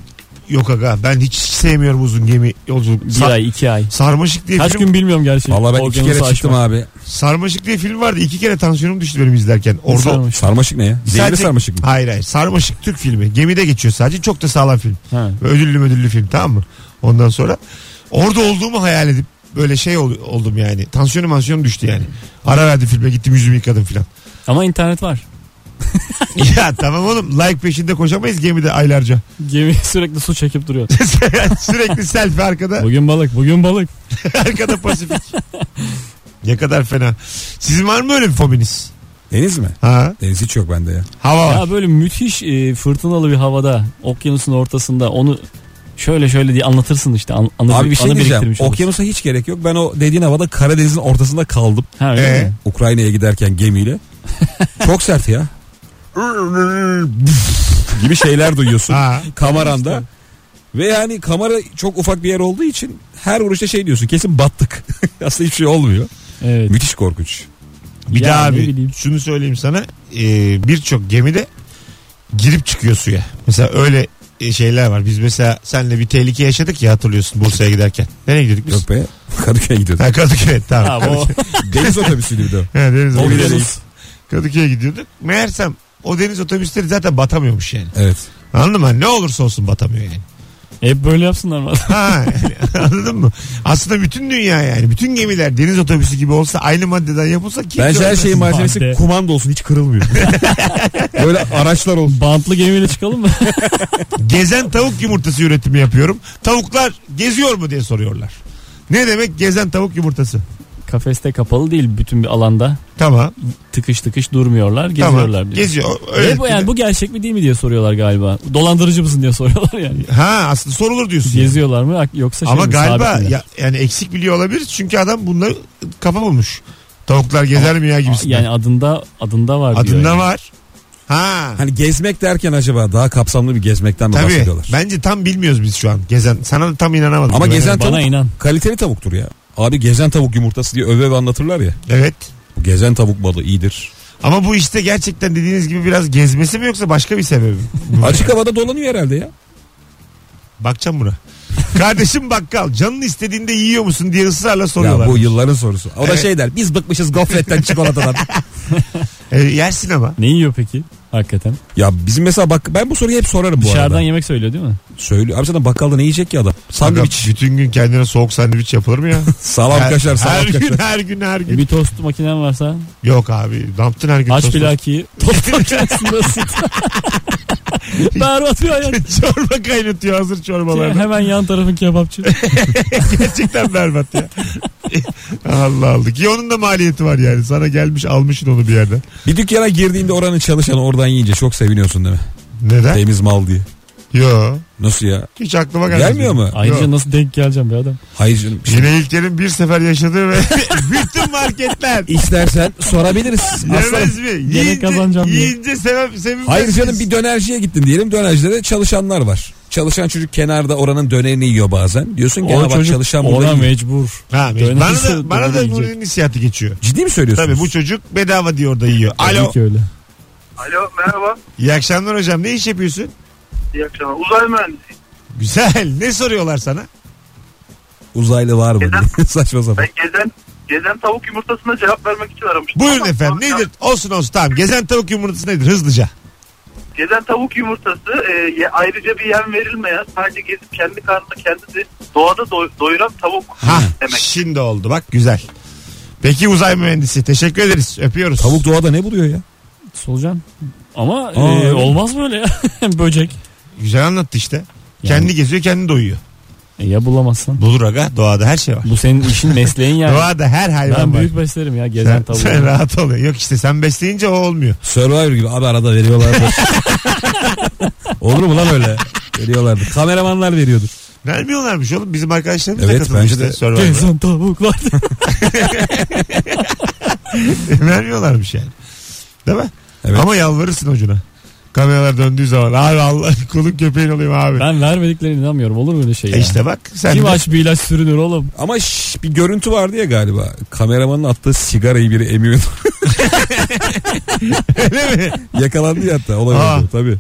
Speaker 2: Yok aga ben hiç sevmiyorum uzun gemi yolculuk.
Speaker 4: Bir
Speaker 2: Sa-
Speaker 4: ay iki ay.
Speaker 2: Sarmaşık diye
Speaker 4: Kaç
Speaker 2: film
Speaker 4: gün bilmiyorum gerçi.
Speaker 3: Valla ben iki
Speaker 4: Okyanusu
Speaker 3: kere çıktım
Speaker 4: aşmak.
Speaker 3: abi.
Speaker 2: Sarmaşık diye film vardı. İki kere tansiyonum düştü benim izlerken. Orada
Speaker 4: Sarmaşık.
Speaker 3: Sarmaşık ne ya? Zehirli
Speaker 2: Sadece-
Speaker 3: sarmaşık mı?
Speaker 2: Hayır hayır. Sarmaşık Türk filmi. Gemide geçiyor sadece. Çok da sağlam film.
Speaker 4: Ha.
Speaker 2: Ve Ödüllü ödüllü film tamam mı? Ondan sonra orada olduğumu hayal edip böyle şey ol- oldum yani. Tansiyonum mansiyonum düştü yani. Ara verdim filme gittim yüzümü yıkadım filan.
Speaker 4: Ama internet var.
Speaker 2: ya tamam oğlum like peşinde koşamayız gemide aylarca.
Speaker 4: Gemi sürekli su çekip duruyor.
Speaker 2: Sürekli selfie arkada.
Speaker 4: Bugün balık, bugün balık.
Speaker 2: arkada Pasifik. ne kadar fena. Sizin var mı öyle bir fobiniz?
Speaker 3: Deniz mi?
Speaker 2: Ha?
Speaker 3: Deniz hiç yok bende ya.
Speaker 2: Hava var.
Speaker 4: Ya böyle müthiş e, fırtınalı bir havada, okyanusun ortasında onu şöyle şöyle diye anlatırsın işte. An, anı,
Speaker 3: Abi bir şey
Speaker 4: anı
Speaker 3: diyeceğim.
Speaker 4: biriktirmiş olursun.
Speaker 3: Okyanusa hiç gerek yok. Ben o dediğin havada Karadeniz'in ortasında kaldım.
Speaker 4: Ha, öyle
Speaker 2: Ee?
Speaker 4: mi?
Speaker 3: Ukrayna'ya giderken gemiyle. Çok sert ya. gibi şeyler duyuyorsun
Speaker 2: Ha.
Speaker 3: kameranda. Ve yani kamera çok ufak bir yer olduğu için her vuruşta şey diyorsun kesin battık. Aslında hiçbir şey olmuyor.
Speaker 4: Evet.
Speaker 3: Müthiş korkunç.
Speaker 2: Bir
Speaker 4: Ya
Speaker 2: daha
Speaker 4: ne
Speaker 2: abi
Speaker 4: bileyim.
Speaker 2: şunu söyleyeyim sana Ee, birçok gemide girip çıkıyor suya. Mesela öyle e, şeyler var. Biz mesela seninle bir tehlike yaşadık ya hatırlıyorsun Bursa'ya giderken. Nereye gidiyorduk biz?
Speaker 3: Yok be Kadıköy'e gidiyorduk.
Speaker 2: Ha, Kadıköy tamam.
Speaker 4: Ha, bu-
Speaker 2: Kadıköy.
Speaker 3: Deniz otobüsüydü bir de o.
Speaker 2: Ha, deniz
Speaker 3: O bile
Speaker 2: otobüsü.
Speaker 3: değil.
Speaker 2: Kadıköy'e gidiyorduk. Meğersem o deniz otobüsleri zaten batamıyormuş yani.
Speaker 3: Evet.
Speaker 2: Anladın mı? Hani Ne olursa olsun batamıyor yani.
Speaker 4: Hep böyle yapsınlar mı?
Speaker 2: Ha, yani anladın mı? Aslında bütün dünya yani. Bütün gemiler deniz otobüsü gibi olsa aynı maddeden yapılsa kimse
Speaker 3: Bence her
Speaker 2: ölmez.
Speaker 4: şey-
Speaker 3: şeyin malzemesi
Speaker 4: Madde.
Speaker 3: kumanda olsun hiç kırılmıyor. Böyle araçlar olsun.
Speaker 4: Bantlı gemiyle çıkalım mı?
Speaker 2: Gezen tavuk yumurtası üretimi yapıyorum. Tavuklar geziyor mu diye soruyorlar. Ne demek gezen tavuk yumurtası?
Speaker 4: Kafeste kapalı değil bütün bir alanda.
Speaker 2: Tamam.
Speaker 4: Tıkış tıkış durmuyorlar, geziyorlar.
Speaker 2: Tamam.
Speaker 4: bir de.
Speaker 2: Geziyor. Öyle
Speaker 4: Ve bu, yani bu gerçek mi değil mi diye soruyorlar galiba. Dolandırıcı mısın diye soruyorlar yani.
Speaker 2: Ha aslında sorulur diyorsun. yani.
Speaker 4: Geziyorlar mı yoksa şey
Speaker 2: Ama
Speaker 4: mi,
Speaker 2: galiba
Speaker 4: sabit mi?
Speaker 2: ya- yani eksik biliyor olabilir. Çünkü adam bunları kafa bulmuş. Tavuklar gezer mi ya gibisinden.
Speaker 4: yani adında adında var diyor.
Speaker 2: Adında
Speaker 4: yani.
Speaker 2: var. Ha.
Speaker 3: Hani gezmek derken acaba daha kapsamlı bir gezmekten mi
Speaker 2: Tabii.
Speaker 3: bahsediyorlar?
Speaker 2: Bence tam bilmiyoruz biz şu an. Gezen. Sana da tam inanamadım.
Speaker 3: Ama
Speaker 2: Ben-
Speaker 3: gezen
Speaker 4: Bana
Speaker 3: tavuk
Speaker 4: inan.
Speaker 3: kaliteli tavuktur ya. Abi gezen tavuk yumurtası diye öve öve anlatırlar ya.
Speaker 2: Evet.
Speaker 3: Bu gezen tavuk balığı iyidir.
Speaker 2: Ama bu işte gerçekten dediğiniz gibi biraz gezmesi mi yoksa başka bir sebebi mi?
Speaker 3: Açık havada dolanıyor herhalde ya.
Speaker 2: Bakacağım buna. Kardeşim bakkal canın istediğinde yiyor musun diye ısrarla soruyorlar.
Speaker 3: Ya bu yılların sorusu. O da
Speaker 2: Evet.
Speaker 3: şey der biz bıkmışız gofretten çikolatadan.
Speaker 2: E, yersin ama.
Speaker 4: Ne yiyor peki? Hakikaten.
Speaker 3: ya bizim mesela bak ben bu soruyu hep sorarım bu
Speaker 4: Dışarıdan
Speaker 3: arada.
Speaker 4: yemek söylüyor değil mi?
Speaker 3: Söyle abi zaten bakkalda ne yiyecek ya adam? Sandviç.
Speaker 2: Aga, bütün gün kendine soğuk sandviç yapılır mı ya?
Speaker 3: Salam
Speaker 2: her,
Speaker 3: kaşar salam
Speaker 2: her
Speaker 3: kaşar.
Speaker 2: gün her gün her
Speaker 4: E
Speaker 2: gün.
Speaker 4: bir tost makinen varsa
Speaker 2: Yok abi ne yaptın her gün?
Speaker 4: aç
Speaker 2: tost-
Speaker 4: plakiyi tost makinesinde ısıt. Berbat bir hayat. Şey,
Speaker 2: Çorba kaynatıyor hazır çorbalarda.
Speaker 4: Hemen yan tarafın kebapçı.
Speaker 2: Gerçekten berbat ya. Allah Allah. Ki onun da maliyeti var yani. Sana gelmiş almışsın onu bir yerden.
Speaker 3: Bir dükkana girdiğinde oranın çalışanı oradan yiyince çok seviniyorsun değil mi?
Speaker 2: Neden?
Speaker 3: Temiz mal diye.
Speaker 2: Yo.
Speaker 3: Nasıl ya?
Speaker 2: Hiç aklıma gelmedi.
Speaker 3: Gelmiyor mu?
Speaker 4: Ayrıca
Speaker 2: Yok.
Speaker 4: nasıl denk geleceğim bir adam?
Speaker 3: Hayır canım.
Speaker 2: Yine İlker'in bir sefer yaşadığı ve bütün marketler
Speaker 3: İstersen sorabiliriz. Aslanım.
Speaker 2: Yemez mi? Yiyince,
Speaker 4: kazanacağım diye.
Speaker 2: yiyince sebep, sebep
Speaker 3: Hayır canım bir dönerciye gittin diyelim. Dönercide de çalışanlar var. Çalışan çocuk kenarda oranın dönerini yiyor bazen. Diyorsun ki "Ha
Speaker 4: O
Speaker 3: bak
Speaker 4: çocuk
Speaker 3: çalışan burada
Speaker 4: ona
Speaker 3: yiyor."
Speaker 4: mecbur.
Speaker 2: Ha,
Speaker 4: Dönerse
Speaker 2: bana da, bana da
Speaker 4: döner
Speaker 2: bunun
Speaker 4: yiyecek.
Speaker 2: inisiyatı geçiyor.
Speaker 3: Ciddi mi söylüyorsun?
Speaker 2: Tabii bu çocuk bedava diye orada yiyor.
Speaker 4: Tabii
Speaker 2: Alo.
Speaker 4: ki öyle.
Speaker 8: Alo merhaba.
Speaker 2: İyi akşamlar hocam. Ne iş yapıyorsun?
Speaker 8: İyi akşamlar. Uzay mühendisi.
Speaker 2: Güzel. Ne soruyorlar sana?
Speaker 3: Uzaylı var mı?
Speaker 8: Neden?
Speaker 3: diye. Saçma sapan.
Speaker 8: Ben gezen, gezen tavuk yumurtasına cevap vermek için aramıştım.
Speaker 2: Buyurun
Speaker 8: Ama-
Speaker 2: efendim. Nedir? Olsun olsun tamam. Gezen tavuk yumurtası nedir? Hızlıca.
Speaker 8: Gezen tavuk yumurtası e, ye- ayrıca bir yem verilmeyen sadece gezip kendi karnını kendisi doğada doy- doyuran tavuk
Speaker 2: Ha
Speaker 8: demek.
Speaker 2: şimdi oldu bak güzel. Peki uzay mühendisi teşekkür ederiz. Öpüyoruz.
Speaker 3: Tavuk doğada ne buluyor ya?
Speaker 4: Solucan. Ama
Speaker 3: Aa,
Speaker 4: e,
Speaker 3: öyle.
Speaker 4: olmaz böyle ya. Böcek.
Speaker 2: Güzel anlattı işte. Kendi geziyor kendi doyuyor.
Speaker 4: E, ya bulamazsan.
Speaker 2: Bulur aga doğada her şey var.
Speaker 4: Bu senin işin mesleğin yani.
Speaker 2: Doğada her hayvan
Speaker 4: ben
Speaker 2: var.
Speaker 4: büyük beslerim ya gezen
Speaker 2: sen,
Speaker 4: tavuğu.
Speaker 2: sen rahat ol. Yok işte sen besleyince o olmuyor.
Speaker 3: Survivor gibi abi arada veriyorlar. Olur mu lan öyle? Veriyorlardı. Kameramanlar veriyordur.
Speaker 2: Vermiyorlarmış oğlum. Bizim arkadaşlarımız da
Speaker 3: Evet,
Speaker 2: katılmıştı.
Speaker 3: bence de.
Speaker 2: Survivor'a.
Speaker 4: Gezen tavuklar.
Speaker 2: Vermiyorlarmış yani. Değil mi?
Speaker 3: Evet.
Speaker 2: Ama yalvarırsın hocuna. Kameralar döndüğü zaman abi Allah kulun köpeğin olayım abi.
Speaker 4: ben vermediklerine inanmıyorum. Olur mu öyle şey ya?
Speaker 2: E işte bak sen
Speaker 4: Kim
Speaker 2: de-
Speaker 4: aç bir ilaç sürünür oğlum.
Speaker 3: Ama şş, bir görüntü vardı ya galiba. Kameramanın attığı sigarayı biri emiyordu.
Speaker 2: Öyle mi?
Speaker 3: Yakalandı ya hatta. Olabilir
Speaker 2: Aa.
Speaker 3: bu, tabii.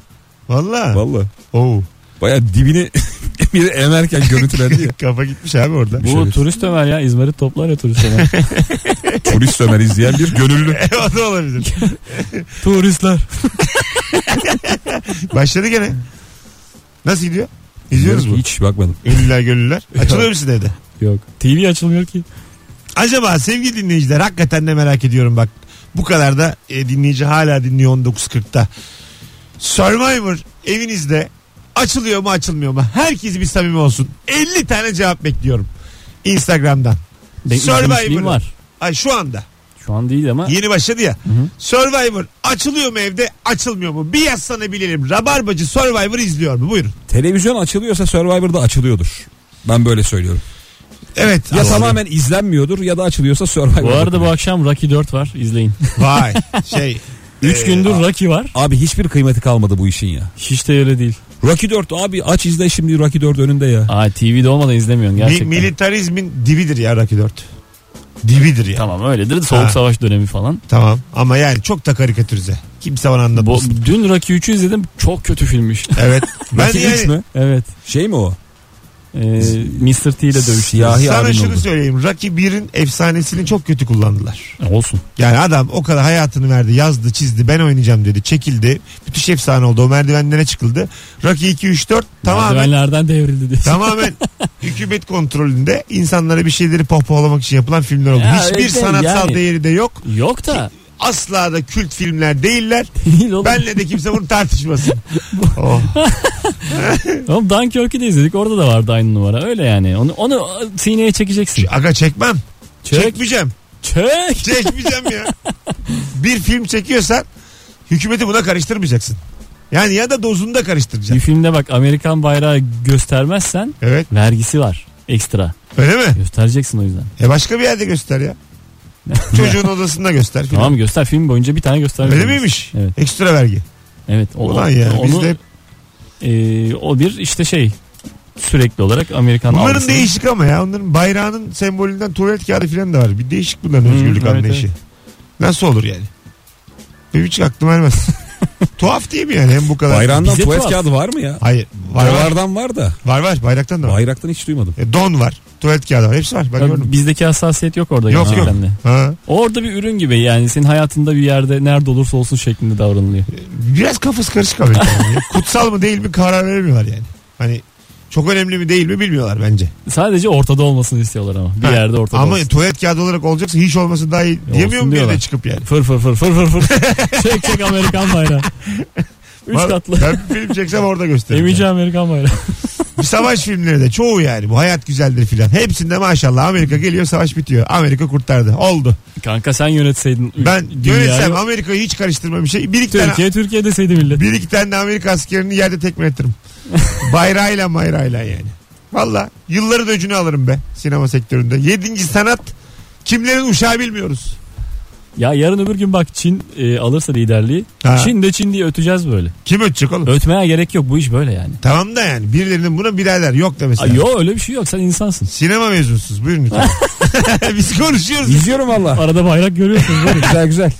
Speaker 2: Valla.
Speaker 3: Valla.
Speaker 2: Oo.
Speaker 3: Baya dibini biri emerken görüntülendi ya.
Speaker 2: Kafa gitmiş abi orada.
Speaker 4: Bu
Speaker 3: Şöyle-
Speaker 4: turist Ömer ya. İzmir'i toplar ya turist Ömer.
Speaker 3: Turist Ömer izleyen bir gönüllü.
Speaker 2: E, o da olabilir.
Speaker 4: Turistler.
Speaker 2: Başladı gene. Nasıl gidiyor? İzliyoruz bu.
Speaker 3: Hiç bakmadım.
Speaker 2: Ünlüler gönüllüler. Açılıyor musun evde?
Speaker 4: Yok. TV açılmıyor ki.
Speaker 2: Acaba sevgili dinleyiciler hakikaten de merak ediyorum bak. Bu kadar da e, dinleyici hala dinliyor 19.40'ta. Survivor evinizde açılıyor mu açılmıyor mu? Herkes bir samimi olsun. 50 tane cevap bekliyorum. Instagram'dan.
Speaker 4: Denk
Speaker 2: Survivor.
Speaker 4: izlemişliğim var.
Speaker 2: Ay şu anda.
Speaker 4: Şu an değil ama.
Speaker 2: Yeni başladı ya. Survivor açılıyor mu evde açılmıyor mu? Bir yazsana bilelim. Rabarbacı Survivor izliyor mu? Buyurun.
Speaker 3: Televizyon açılıyorsa Survivor'da açılıyordur. Ben böyle söylüyorum.
Speaker 2: Evet.
Speaker 3: Ya
Speaker 2: Allah'ım.
Speaker 3: tamamen izlenmiyordur ya da açılıyorsa Survivor'da.
Speaker 4: Bu arada bu akşam Rocky 4 var. izleyin.
Speaker 2: Vay şey.
Speaker 4: 3 gündür Rocky var.
Speaker 3: Abi hiçbir kıymeti kalmadı bu işin ya.
Speaker 4: Hiç de öyle değil.
Speaker 3: Rocky 4 abi aç izle şimdi Rocky 4 önünde ya.
Speaker 4: Aa TV'de olmadan izlemiyorsun
Speaker 2: mi-
Speaker 4: gerçekten.
Speaker 2: militarizmin dibidir ya Rocky 4. Dibidir ya.
Speaker 4: Tamam öyledir. Soğuk
Speaker 2: Ha.
Speaker 4: savaş dönemi falan.
Speaker 2: Tamam ama yani çok da karikatürize. Kimse bana
Speaker 4: Bu,
Speaker 2: anlatmasın.
Speaker 4: dün Rocky 3'ü izledim. Çok kötü filmmiş.
Speaker 2: evet. Ben
Speaker 3: Rocky X
Speaker 2: yani
Speaker 3: mi?
Speaker 4: evet.
Speaker 3: Şey mi o?
Speaker 4: Ee, Mr. T ile dövüş.
Speaker 3: Siyahi
Speaker 2: sana
Speaker 3: abin
Speaker 2: şunu
Speaker 3: oldu.
Speaker 2: söyleyeyim. Rocky 1'in efsanesini çok kötü kullandılar.
Speaker 4: Olsun.
Speaker 2: Yani adam o kadar hayatını verdi, yazdı, çizdi, ben oynayacağım dedi, çekildi. Müthiş efsane oldu. O merdivenlere çıkıldı. Rocky 2, 3, 4 tamamen
Speaker 4: Merdivenlerden devrildi diyorsun.
Speaker 2: tamamen hükümet kontrolünde insanlara bir şeyleri pohpohlamak için yapılan filmler oldu.
Speaker 4: Ya
Speaker 2: Hiçbir
Speaker 4: evet de
Speaker 2: sanatsal
Speaker 4: yani.
Speaker 2: değeri de yok.
Speaker 4: Yok da.
Speaker 2: Asla da kült filmler değiller.
Speaker 4: Değil oğlum.
Speaker 2: Benle de kimse bunu tartışmasın. oh.
Speaker 4: Oğlum Dunkirk'ü de izledik. Orada da vardı aynı numara. Öyle yani. Onu, onu sineye çekeceksin.
Speaker 2: Aga çekmem.
Speaker 4: Çek.
Speaker 2: Çekmeyeceğim.
Speaker 4: Çek.
Speaker 2: Çekmeyeceğim ya. Bir film çekiyorsan hükümeti buna karıştırmayacaksın. Yani ya da dozunda
Speaker 4: Bir
Speaker 2: karıştıracaksın.
Speaker 4: filmde bak Amerikan bayrağı göstermezsen
Speaker 2: Evet.
Speaker 4: vergisi var. Ekstra.
Speaker 2: Öyle mi?
Speaker 4: Göstereceksin o yüzden.
Speaker 2: E başka bir yerde göster ya. Çocuğun odasında göster. filan.
Speaker 4: Tamam göster film boyunca bir tane göster.
Speaker 2: Öyle miymiş?
Speaker 4: Evet.
Speaker 2: Ekstra vergi.
Speaker 4: Evet. O,
Speaker 2: Ulan ya
Speaker 4: onu,
Speaker 2: bizde hep-
Speaker 4: e, o bir işte şey sürekli olarak Amerikan
Speaker 2: bunların
Speaker 4: algısını-
Speaker 2: değişik ama ya. Onların bayrağının sembolünden tuvalet kağıdı falan da var. Bir değişik bunların
Speaker 4: Hmm,
Speaker 2: özgürlük
Speaker 4: evet,
Speaker 2: anlayışı. Nasıl olur yani? Benim hiç aklım ermez. Tuhaf değil mi yani hem bu kadar?
Speaker 3: Bayrağından
Speaker 4: Bize
Speaker 3: tuvalet
Speaker 4: tuhaf.
Speaker 3: kağıdı var mı ya?
Speaker 2: Hayır. Var var.
Speaker 3: Bayrağından var da.
Speaker 2: Var var. Bayraktan da var.
Speaker 3: Bayraktan hiç duymadım.
Speaker 2: E, don var. Tuvalet kağıdı var. Hepsi var. Ben
Speaker 4: Ya
Speaker 2: gördüm.
Speaker 4: bizdeki hassasiyet yok orada
Speaker 2: Yok yok.
Speaker 4: gerçekten de.
Speaker 2: Ha.
Speaker 4: Orada bir ürün gibi yani senin hayatında bir yerde nerede olursa olsun şeklinde davranılıyor.
Speaker 2: biraz kafası karışık Amerika'nın. ya. Kutsal mı değil mi karar veremiyorlar yani. Hani çok önemli mi değil mi bilmiyorlar bence.
Speaker 4: Sadece ortada olmasını istiyorlar ama. Bir
Speaker 2: Ha,
Speaker 4: yerde ortada
Speaker 2: Ama
Speaker 4: olsun.
Speaker 2: tuvalet kağıdı olarak olacaksa hiç olması daha iyi.
Speaker 4: E,
Speaker 2: Diyemiyor
Speaker 4: olsun
Speaker 2: mu bir de
Speaker 4: diyorlar.
Speaker 2: çıkıp yani?
Speaker 4: Fır fır fır fır fır fır. çek çek Amerikan bayrağı. Üç
Speaker 2: Var-
Speaker 4: katlı.
Speaker 2: Ben bir film çeksem orada gösteririm.
Speaker 4: Emici
Speaker 2: Yani.
Speaker 4: Amerikan bayrağı.
Speaker 2: Bir Savaş filmleri de çoğu yani. Bu hayat güzeldir filan. Hepsinde maşallah Amerika geliyor savaş bitiyor. Amerika kurtardı. Oldu.
Speaker 4: Kanka sen yönetseydin. ül-
Speaker 2: Ben
Speaker 4: dünyayı.
Speaker 2: yönetsem Amerika'yı hiç karıştırmam bir şey. Bir iki tane,
Speaker 4: Türkiye Türkiye deseydi millet.
Speaker 2: bir iki tane de Amerika askerini yerde tekmeletirim. bayrağıyla mayrağıyla yani. Valla yılların öcünü alırım be sinema sektöründe. Yedinci sanat kimlerin uşağı bilmiyoruz.
Speaker 4: Ya yarın öbür gün bak Çin e, alırsa liderliği.
Speaker 2: Ha.
Speaker 4: Çin de Çin diye öteceğiz böyle.
Speaker 2: Kim ötecek oğlum?
Speaker 4: Ötmeye gerek yok bu iş böyle yani.
Speaker 2: Tamam da yani birilerinin buna birader yok demesi.
Speaker 4: Aa,
Speaker 2: lazım.
Speaker 4: Yo öyle bir şey yok sen insansın.
Speaker 2: Sinema mezunusunuz buyurun lütfen. Biz konuşuyoruz.
Speaker 3: İzliyorum valla.
Speaker 4: Arada bayrak görüyorsunuz böyle.
Speaker 3: güzel güzel.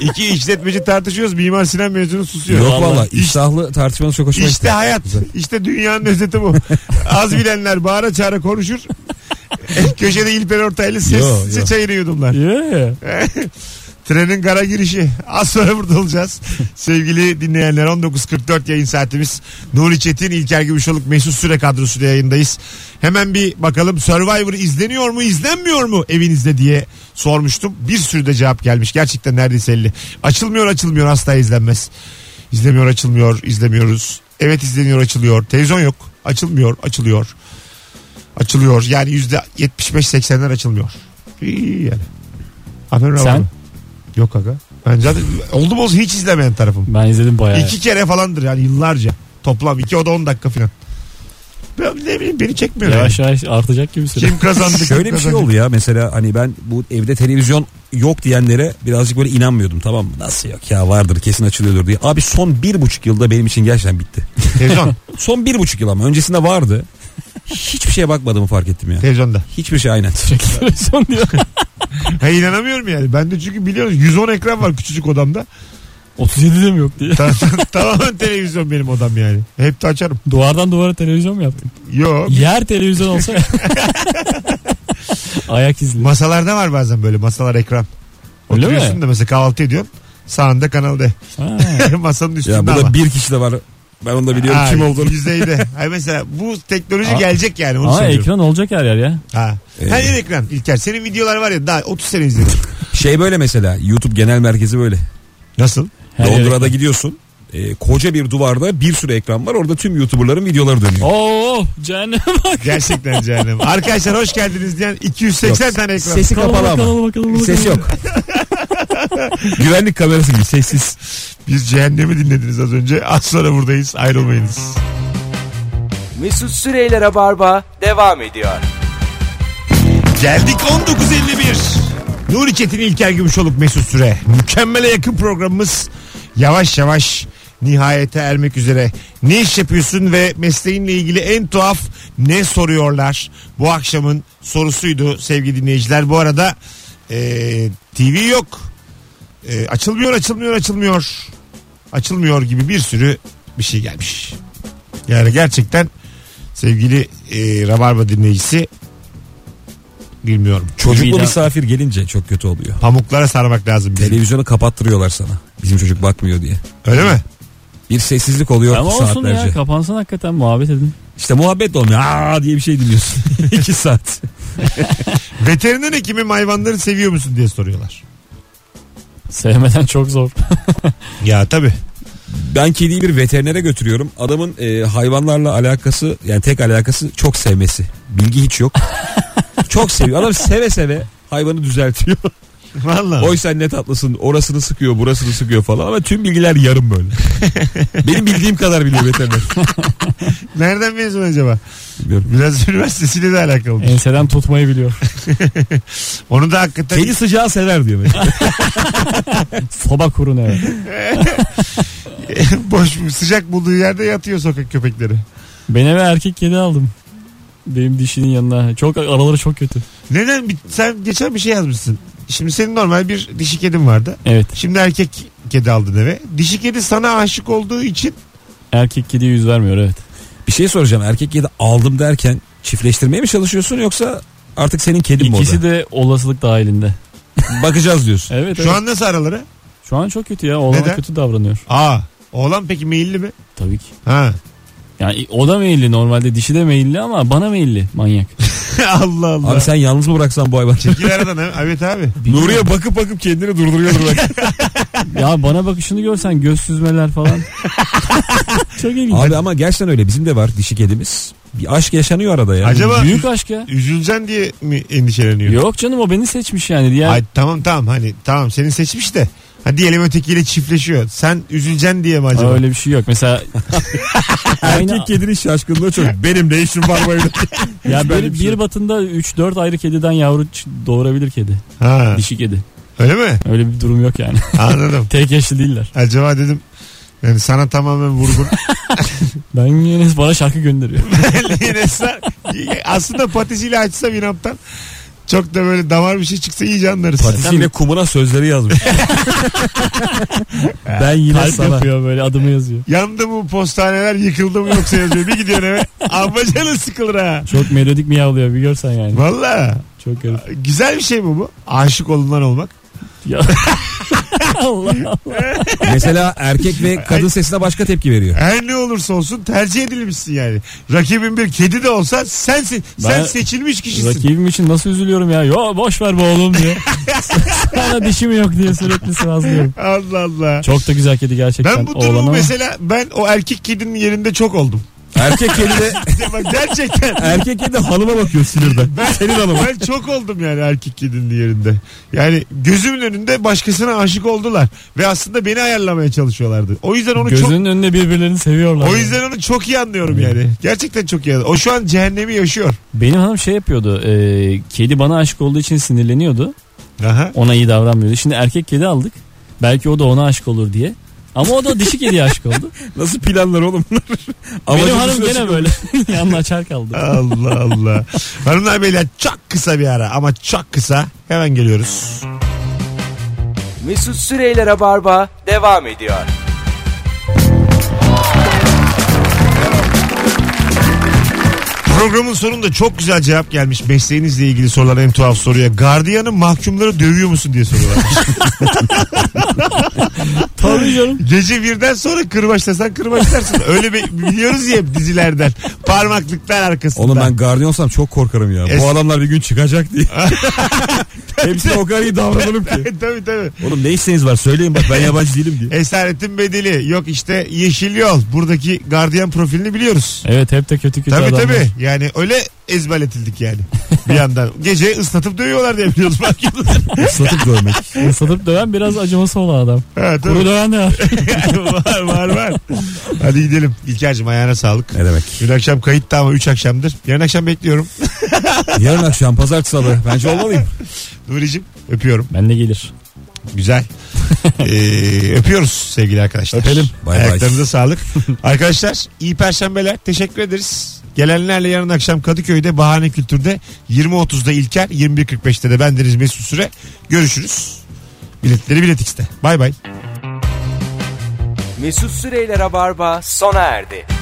Speaker 2: İki işletmeci tartışıyoruz. Mimar Sinan mezunu susuyor.
Speaker 3: Yok valla. İştahlı tartışmanız çok hoşuma
Speaker 2: İşte
Speaker 3: gitti.
Speaker 2: hayat. İşte dünyanın özeti bu. Az bilenler bağıra çağıra konuşur. Köşede İlper Ortaylı ses,
Speaker 3: Yo, yo.
Speaker 2: ses çayını yudumlar.
Speaker 4: Yeah.
Speaker 2: Trenin gara girişi. Az sonra burada olacağız. Sevgili dinleyenler 19.44 yayın saatimiz. Nuri Çetin, İlker Gümüşoluk, Mesut Süre kadrosuyla yayındayız. Hemen bir bakalım Survivor izleniyor mu izlenmiyor mu evinizde diye sormuştum. Bir sürü de cevap gelmiş. Gerçekten neredeyse 50. Açılmıyor açılmıyor asla izlenmez. İzlemiyor açılmıyor izlemiyoruz. Evet izleniyor açılıyor. Televizyon yok. Açılmıyor açılıyor. Açılıyor. Yani %75-80'ler açılmıyor. İyi yani. Aferin
Speaker 4: Sen?
Speaker 2: Sen? Yok aga. Ben zaten oldum olsun hiç izlemeyen tarafım.
Speaker 4: Ben izledim bayağı.
Speaker 2: İki kere falandır yani yıllarca. Toplam iki o da on dakika falan. Ben ne bileyim beni çekmiyor.
Speaker 4: Yavaş yavaş artacak gibi
Speaker 2: yani.
Speaker 4: süre.
Speaker 2: Kim kazandı? kim
Speaker 3: Şöyle bir şey
Speaker 2: kazandı?
Speaker 3: oldu ya mesela hani ben bu evde televizyon yok diyenlere birazcık böyle inanmıyordum tamam mı? Nasıl yok ya vardır kesin açılıyordur diye. Abi son bir buçuk yılda benim için gerçekten bitti.
Speaker 2: Televizyon.
Speaker 3: Son bir buçuk yıl ama öncesinde vardı. Hiçbir şeye bakmadığımı fark ettim ya.
Speaker 2: Televizyonda.
Speaker 3: Hiçbir şey aynen.
Speaker 4: Son diyor.
Speaker 2: Ha, inanamıyorum yani. Ben de çünkü biliyoruz 110 ekran var küçücük odamda.
Speaker 4: 37 de mi yok diye.
Speaker 2: Ta- ta- Tamamen televizyon benim odam yani. Hep de açarım.
Speaker 4: Duvardan duvara televizyon mu yaptın?
Speaker 2: Yok.
Speaker 4: Yer televizyon olsa. Ayak izli.
Speaker 2: Masalarda var bazen böyle masalar ekran.
Speaker 4: Öyle
Speaker 2: Oturuyorsun
Speaker 4: mi?
Speaker 2: da mesela kahvaltı ediyorsun. Sağında Kanal D.
Speaker 4: Ha.
Speaker 2: Masanın üstünde
Speaker 3: Ya
Speaker 2: ama.
Speaker 3: burada bir kişi de var. Ben onu da biliyorum
Speaker 2: Ha,
Speaker 3: kim olduğunu.
Speaker 2: Yüzeyde. Hayır mesela bu teknoloji
Speaker 4: Aa.
Speaker 2: gelecek yani. Onu
Speaker 4: Ama
Speaker 2: söylüyorum.
Speaker 4: ekran olacak her yer ya.
Speaker 2: Ha. Her yer ekran İlker. Senin videolar var ya daha 30 sene izledim.
Speaker 3: Şey böyle mesela YouTube genel merkezi böyle.
Speaker 2: Nasıl?
Speaker 4: Her yer
Speaker 3: Londra'da gidiyorsun. e, koca bir duvarda bir sürü ekran var. Orada tüm YouTuber'ların videoları dönüyor.
Speaker 4: Oo cehennem bak.
Speaker 2: Gerçekten cehennem. Arkadaşlar hoş geldiniz diyen 280
Speaker 3: Yok,
Speaker 2: tane ekran.
Speaker 3: Sesi
Speaker 4: Kanalı
Speaker 3: kapalı ama.
Speaker 4: kanalı bakalım.
Speaker 3: Ses yok. Güvenlik kamerası gibi sessiz.
Speaker 2: Biz cehennemi dinlediniz az önce. Az sonra buradayız. Ayrılmayınız.
Speaker 1: Mesut Süreyler'e barba devam ediyor.
Speaker 2: Geldik 19.51. Nuri Çetin, İlker Gümüşoluk, Mesut Süre. Mükemmele yakın programımız yavaş yavaş nihayete ermek üzere. Ne iş yapıyorsun ve mesleğinle ilgili en tuhaf ne soruyorlar? Bu akşamın sorusuydu sevgili dinleyiciler. Bu arada eee, TV yok. Eee, Ee, açılmıyor, açılmıyor, açılmıyor. Açılmıyor gibi bir sürü bir şey gelmiş. Yani gerçekten sevgili eee Rabarba dinleyicisi bilmiyorum.
Speaker 3: Çocuklu
Speaker 4: İlla-
Speaker 3: misafir gelince çok kötü oluyor.
Speaker 2: Pamuklara sarmak lazım. bizi.
Speaker 3: Televizyonu kapattırıyorlar sana. Bizim çocuk bakmıyor diye.
Speaker 2: Öyle mi?
Speaker 3: Bir sessizlik oluyor
Speaker 4: Ama olsun
Speaker 3: saatlerce.
Speaker 4: ya kapansın hakikaten muhabbet edin.
Speaker 3: İşte muhabbet de olmuyor. Aa diye bir şey dinliyorsun. İki saat.
Speaker 2: Veteriner hekimim hayvanları seviyor musun diye soruyorlar.
Speaker 4: Sevmeden çok zor.
Speaker 2: Ya tabi.
Speaker 3: Ben kediyi bir veterinere götürüyorum. Adamın e, hayvanlarla alakası yani tek alakası çok sevmesi. Bilgi hiç yok. çok seviyor. Adam seve seve hayvanı düzeltiyor.
Speaker 2: Valla.
Speaker 3: Oysa ne tatlısın orasını sıkıyor burasını sıkıyor falan ama tüm bilgiler yarım böyle. Benim bildiğim kadar biliyor veteriner.
Speaker 2: Nereden mezun acaba?
Speaker 3: Bilmiyorum.
Speaker 2: Biraz üniversitesiyle de alakalı.
Speaker 4: Enseden tutmayı biliyor.
Speaker 2: Onu da hakikaten
Speaker 3: Kedi sıcağı sever diyor. mesela.
Speaker 4: Soba kurun eve.
Speaker 2: boş sıcak bulduğu yerde yatıyor sokak köpekleri.
Speaker 4: Ben eve erkek kedi aldım. Benim dişinin yanına. Çok araları çok kötü.
Speaker 2: Neden? Bir- Sen geçen bir şey yazmışsın. Şimdi senin normal bir dişi kedin vardı.
Speaker 4: Evet.
Speaker 2: Şimdi erkek kedi aldın eve. Dişi kedi sana aşık olduğu için
Speaker 4: Erkek kediye yüz vermiyor evet.
Speaker 3: bir şey soracağım erkek kedi aldım derken çiftleştirmeye mi çalışıyorsun yoksa artık senin kedin mi o
Speaker 4: İkisi
Speaker 3: da?
Speaker 4: de olasılık dahilinde.
Speaker 3: Bakacağız diyorsun.
Speaker 4: Evet, evet.
Speaker 2: şu an nasıl araları?
Speaker 4: Şu an çok kötü ya. Oğlan
Speaker 2: Neden?
Speaker 4: kötü davranıyor.
Speaker 2: Aa. Oğlan peki meyilli mi?
Speaker 4: Tabii ki.
Speaker 2: Ha.
Speaker 4: Yani o da meyilli normalde. Dişi de meyilli ama bana meyilli. Manyak.
Speaker 2: Allah Allah.
Speaker 3: Abi sen yalnız mı bıraksan bu hayvanı?
Speaker 2: Çekil aradan. ha. Evet abi.
Speaker 3: Nuri'ye bakıp bakıp kendini durduruyordur bak.
Speaker 4: ya bana bakışını görsen göz süzmeler falan. çok ilginç.
Speaker 3: Abi ama gerçekten öyle bizim de var dişi kedimiz. Bir aşk yaşanıyor arada ya.
Speaker 2: Acaba
Speaker 4: Büyük aşk ya.
Speaker 2: üzüleceksin diye mi endişeleniyor?
Speaker 4: Yok canım o beni seçmiş yani. Diğer
Speaker 2: Ay, tamam tamam hani tamam seni seçmiş de. Hadi diyelim ötekiyle çiftleşiyor. Sen üzüleceksin diye mi acaba?
Speaker 4: öyle bir şey yok. Mesela
Speaker 3: Erkek kedinin şaşkınlığı çok. Benim ne işim var böyle?
Speaker 4: ya
Speaker 3: Böyle
Speaker 4: böyle
Speaker 3: bir şey.
Speaker 4: bir batında 3-4 ayrı kediden yavru ç- doğurabilir kedi.
Speaker 2: Ha.
Speaker 4: Dişi kedi.
Speaker 2: Öyle mi?
Speaker 4: Öyle bir durum yok yani.
Speaker 2: Anladım.
Speaker 4: Tek yaşlı değiller.
Speaker 2: Acaba dedim yani sana tamamen vurgun.
Speaker 4: Ben yine bana şarkı gönderiyor.
Speaker 2: Yine sar- Aslında patisiyle açsam inattan çok da böyle damar bir şey çıksa iyice anlarız.
Speaker 3: Patisiyle kumuna sözleri yazmış. ben yine
Speaker 4: Kalp
Speaker 3: sana.
Speaker 4: yapıyor böyle adımı yazıyor.
Speaker 2: Yandı mı postaneler yıkıldı mı yoksa yazıyor. Bir gidiyorsun eve. Amma canın sıkılır ha.
Speaker 4: Çok melodik miyavlıyor bir görsen yani.
Speaker 2: Valla
Speaker 4: Çok garip.
Speaker 2: güzel bir şey mi bu? Aşık olunan olmak.
Speaker 4: Ya. Allah Allah.
Speaker 3: Mesela erkek ve kadın sesine başka tepki veriyor.
Speaker 2: Her ne olursa olsun tercih edilmişsin yani. Rakibin bir kedi de olsa sensin. sen
Speaker 4: Ben-
Speaker 2: seçilmiş kişisin.
Speaker 4: Rakibim için nasıl üzülüyorum ya. Yo boş ver bu oğlum diye. Sana dişim yok diye sürekli sıvazlıyorum.
Speaker 2: Allah Allah.
Speaker 4: Çok da güzel kedi gerçekten.
Speaker 2: ben bu
Speaker 4: oğlan
Speaker 2: durumu
Speaker 4: ama.
Speaker 2: mesela ben o erkek kedinin yerinde çok oldum.
Speaker 3: Erkek kedi de
Speaker 2: Bak gerçekten.
Speaker 3: erkek kedi de hanıma bakıyor sinirden.
Speaker 2: Ben,
Speaker 3: Senin hanıma.
Speaker 2: ben çok oldum yani erkek kedinin yerinde. Yani gözümün önünde başkasına aşık oldular. Ve aslında beni ayarlamaya çalışıyorlardı. O yüzden onu çok
Speaker 4: Gözünün önünde birbirlerini seviyorlar.
Speaker 2: o
Speaker 4: Yani.
Speaker 2: yüzden onu çok iyi anlıyorum yani. Gerçekten çok iyi anlıyorum. O şu an cehennemi yaşıyor.
Speaker 4: Benim hanım şey yapıyordu. e, kedi bana aşık olduğu için sinirleniyordu.
Speaker 2: Aha.
Speaker 4: Ona iyi davranmıyordu. Şimdi erkek kedi aldık. Belki o da ona aşık olur diye. Ama o da dişi kediye aşık oldu.
Speaker 3: Nasıl planlar oğlum bunlar?
Speaker 4: Benim
Speaker 3: Amacı
Speaker 4: hanım
Speaker 3: düşünüyorsun.
Speaker 4: gene böyle yanına açar kaldı.
Speaker 2: Allah Allah. Hanımlar beyler çok kısa bir ara ama çok kısa. Hemen geliyoruz.
Speaker 1: Mesut Süreyler'e barba devam ediyor.
Speaker 2: Programın sonunda çok güzel cevap gelmiş. Mesleğinizle ilgili sorulan en tuhaf soruya. Gardiyanın mahkumları dövüyor musun diye soruyorlar.
Speaker 4: Tabii canım.
Speaker 2: Gece birden sonra kırbaçlasan kırbaçlarsın. Öyle bir, biliyoruz ya hep dizilerden. Parmaklıklar arkasında.
Speaker 3: Oğlum ben gardiyonsam çok korkarım ya.
Speaker 2: Es-
Speaker 3: Bu adamlar bir gün çıkacak diye. Hepsi o kadar iyi davranalım ki.
Speaker 2: tabii tabii.
Speaker 3: Oğlum ne isteğiniz var söyleyin bak ben yabancı değilim diye.
Speaker 2: Esaretin bedeli. Yok işte yeşil yol. Buradaki gardiyan profilini biliyoruz.
Speaker 4: Evet hep de kötü kötü
Speaker 2: Tabii
Speaker 4: adamlar.
Speaker 2: tabii. Yani öyle ezberletildik yani. bir yandan. Gece ıslatıp dövüyorlar diye biliyoruz. mahkumları.
Speaker 3: Islatıp görmek.
Speaker 4: Isıtıp döven biraz acıması olan adam.
Speaker 2: Ha, tabii.
Speaker 4: Kuru döven de var.
Speaker 2: var var var. Hadi gidelim. İlker'cim ayağına sağlık.
Speaker 3: Ne demek?
Speaker 2: Dün akşam kayıttı ama 3 akşamdır. Yarın akşam bekliyorum.
Speaker 3: Yarın akşam pazartesi salı. Bence olmalıyım.
Speaker 2: Nuri'cim öpüyorum.
Speaker 4: Ben de gelir.
Speaker 2: Güzel. Ee, öpüyoruz sevgili arkadaşlar.
Speaker 3: Öpelim. Bay bay.
Speaker 2: Ayaklarınıza sağlık. arkadaşlar iyi perşembeler. Teşekkür ederiz. Gelenlerle yarın akşam Kadıköy'de Bahane Kültür'de 20.30'da İlker 21.45'te de bendeniz Mesut Süre. Görüşürüz. Biletleri Bilet X'te. Bay bay.
Speaker 1: Mesut Süreyler'e barba sona erdi.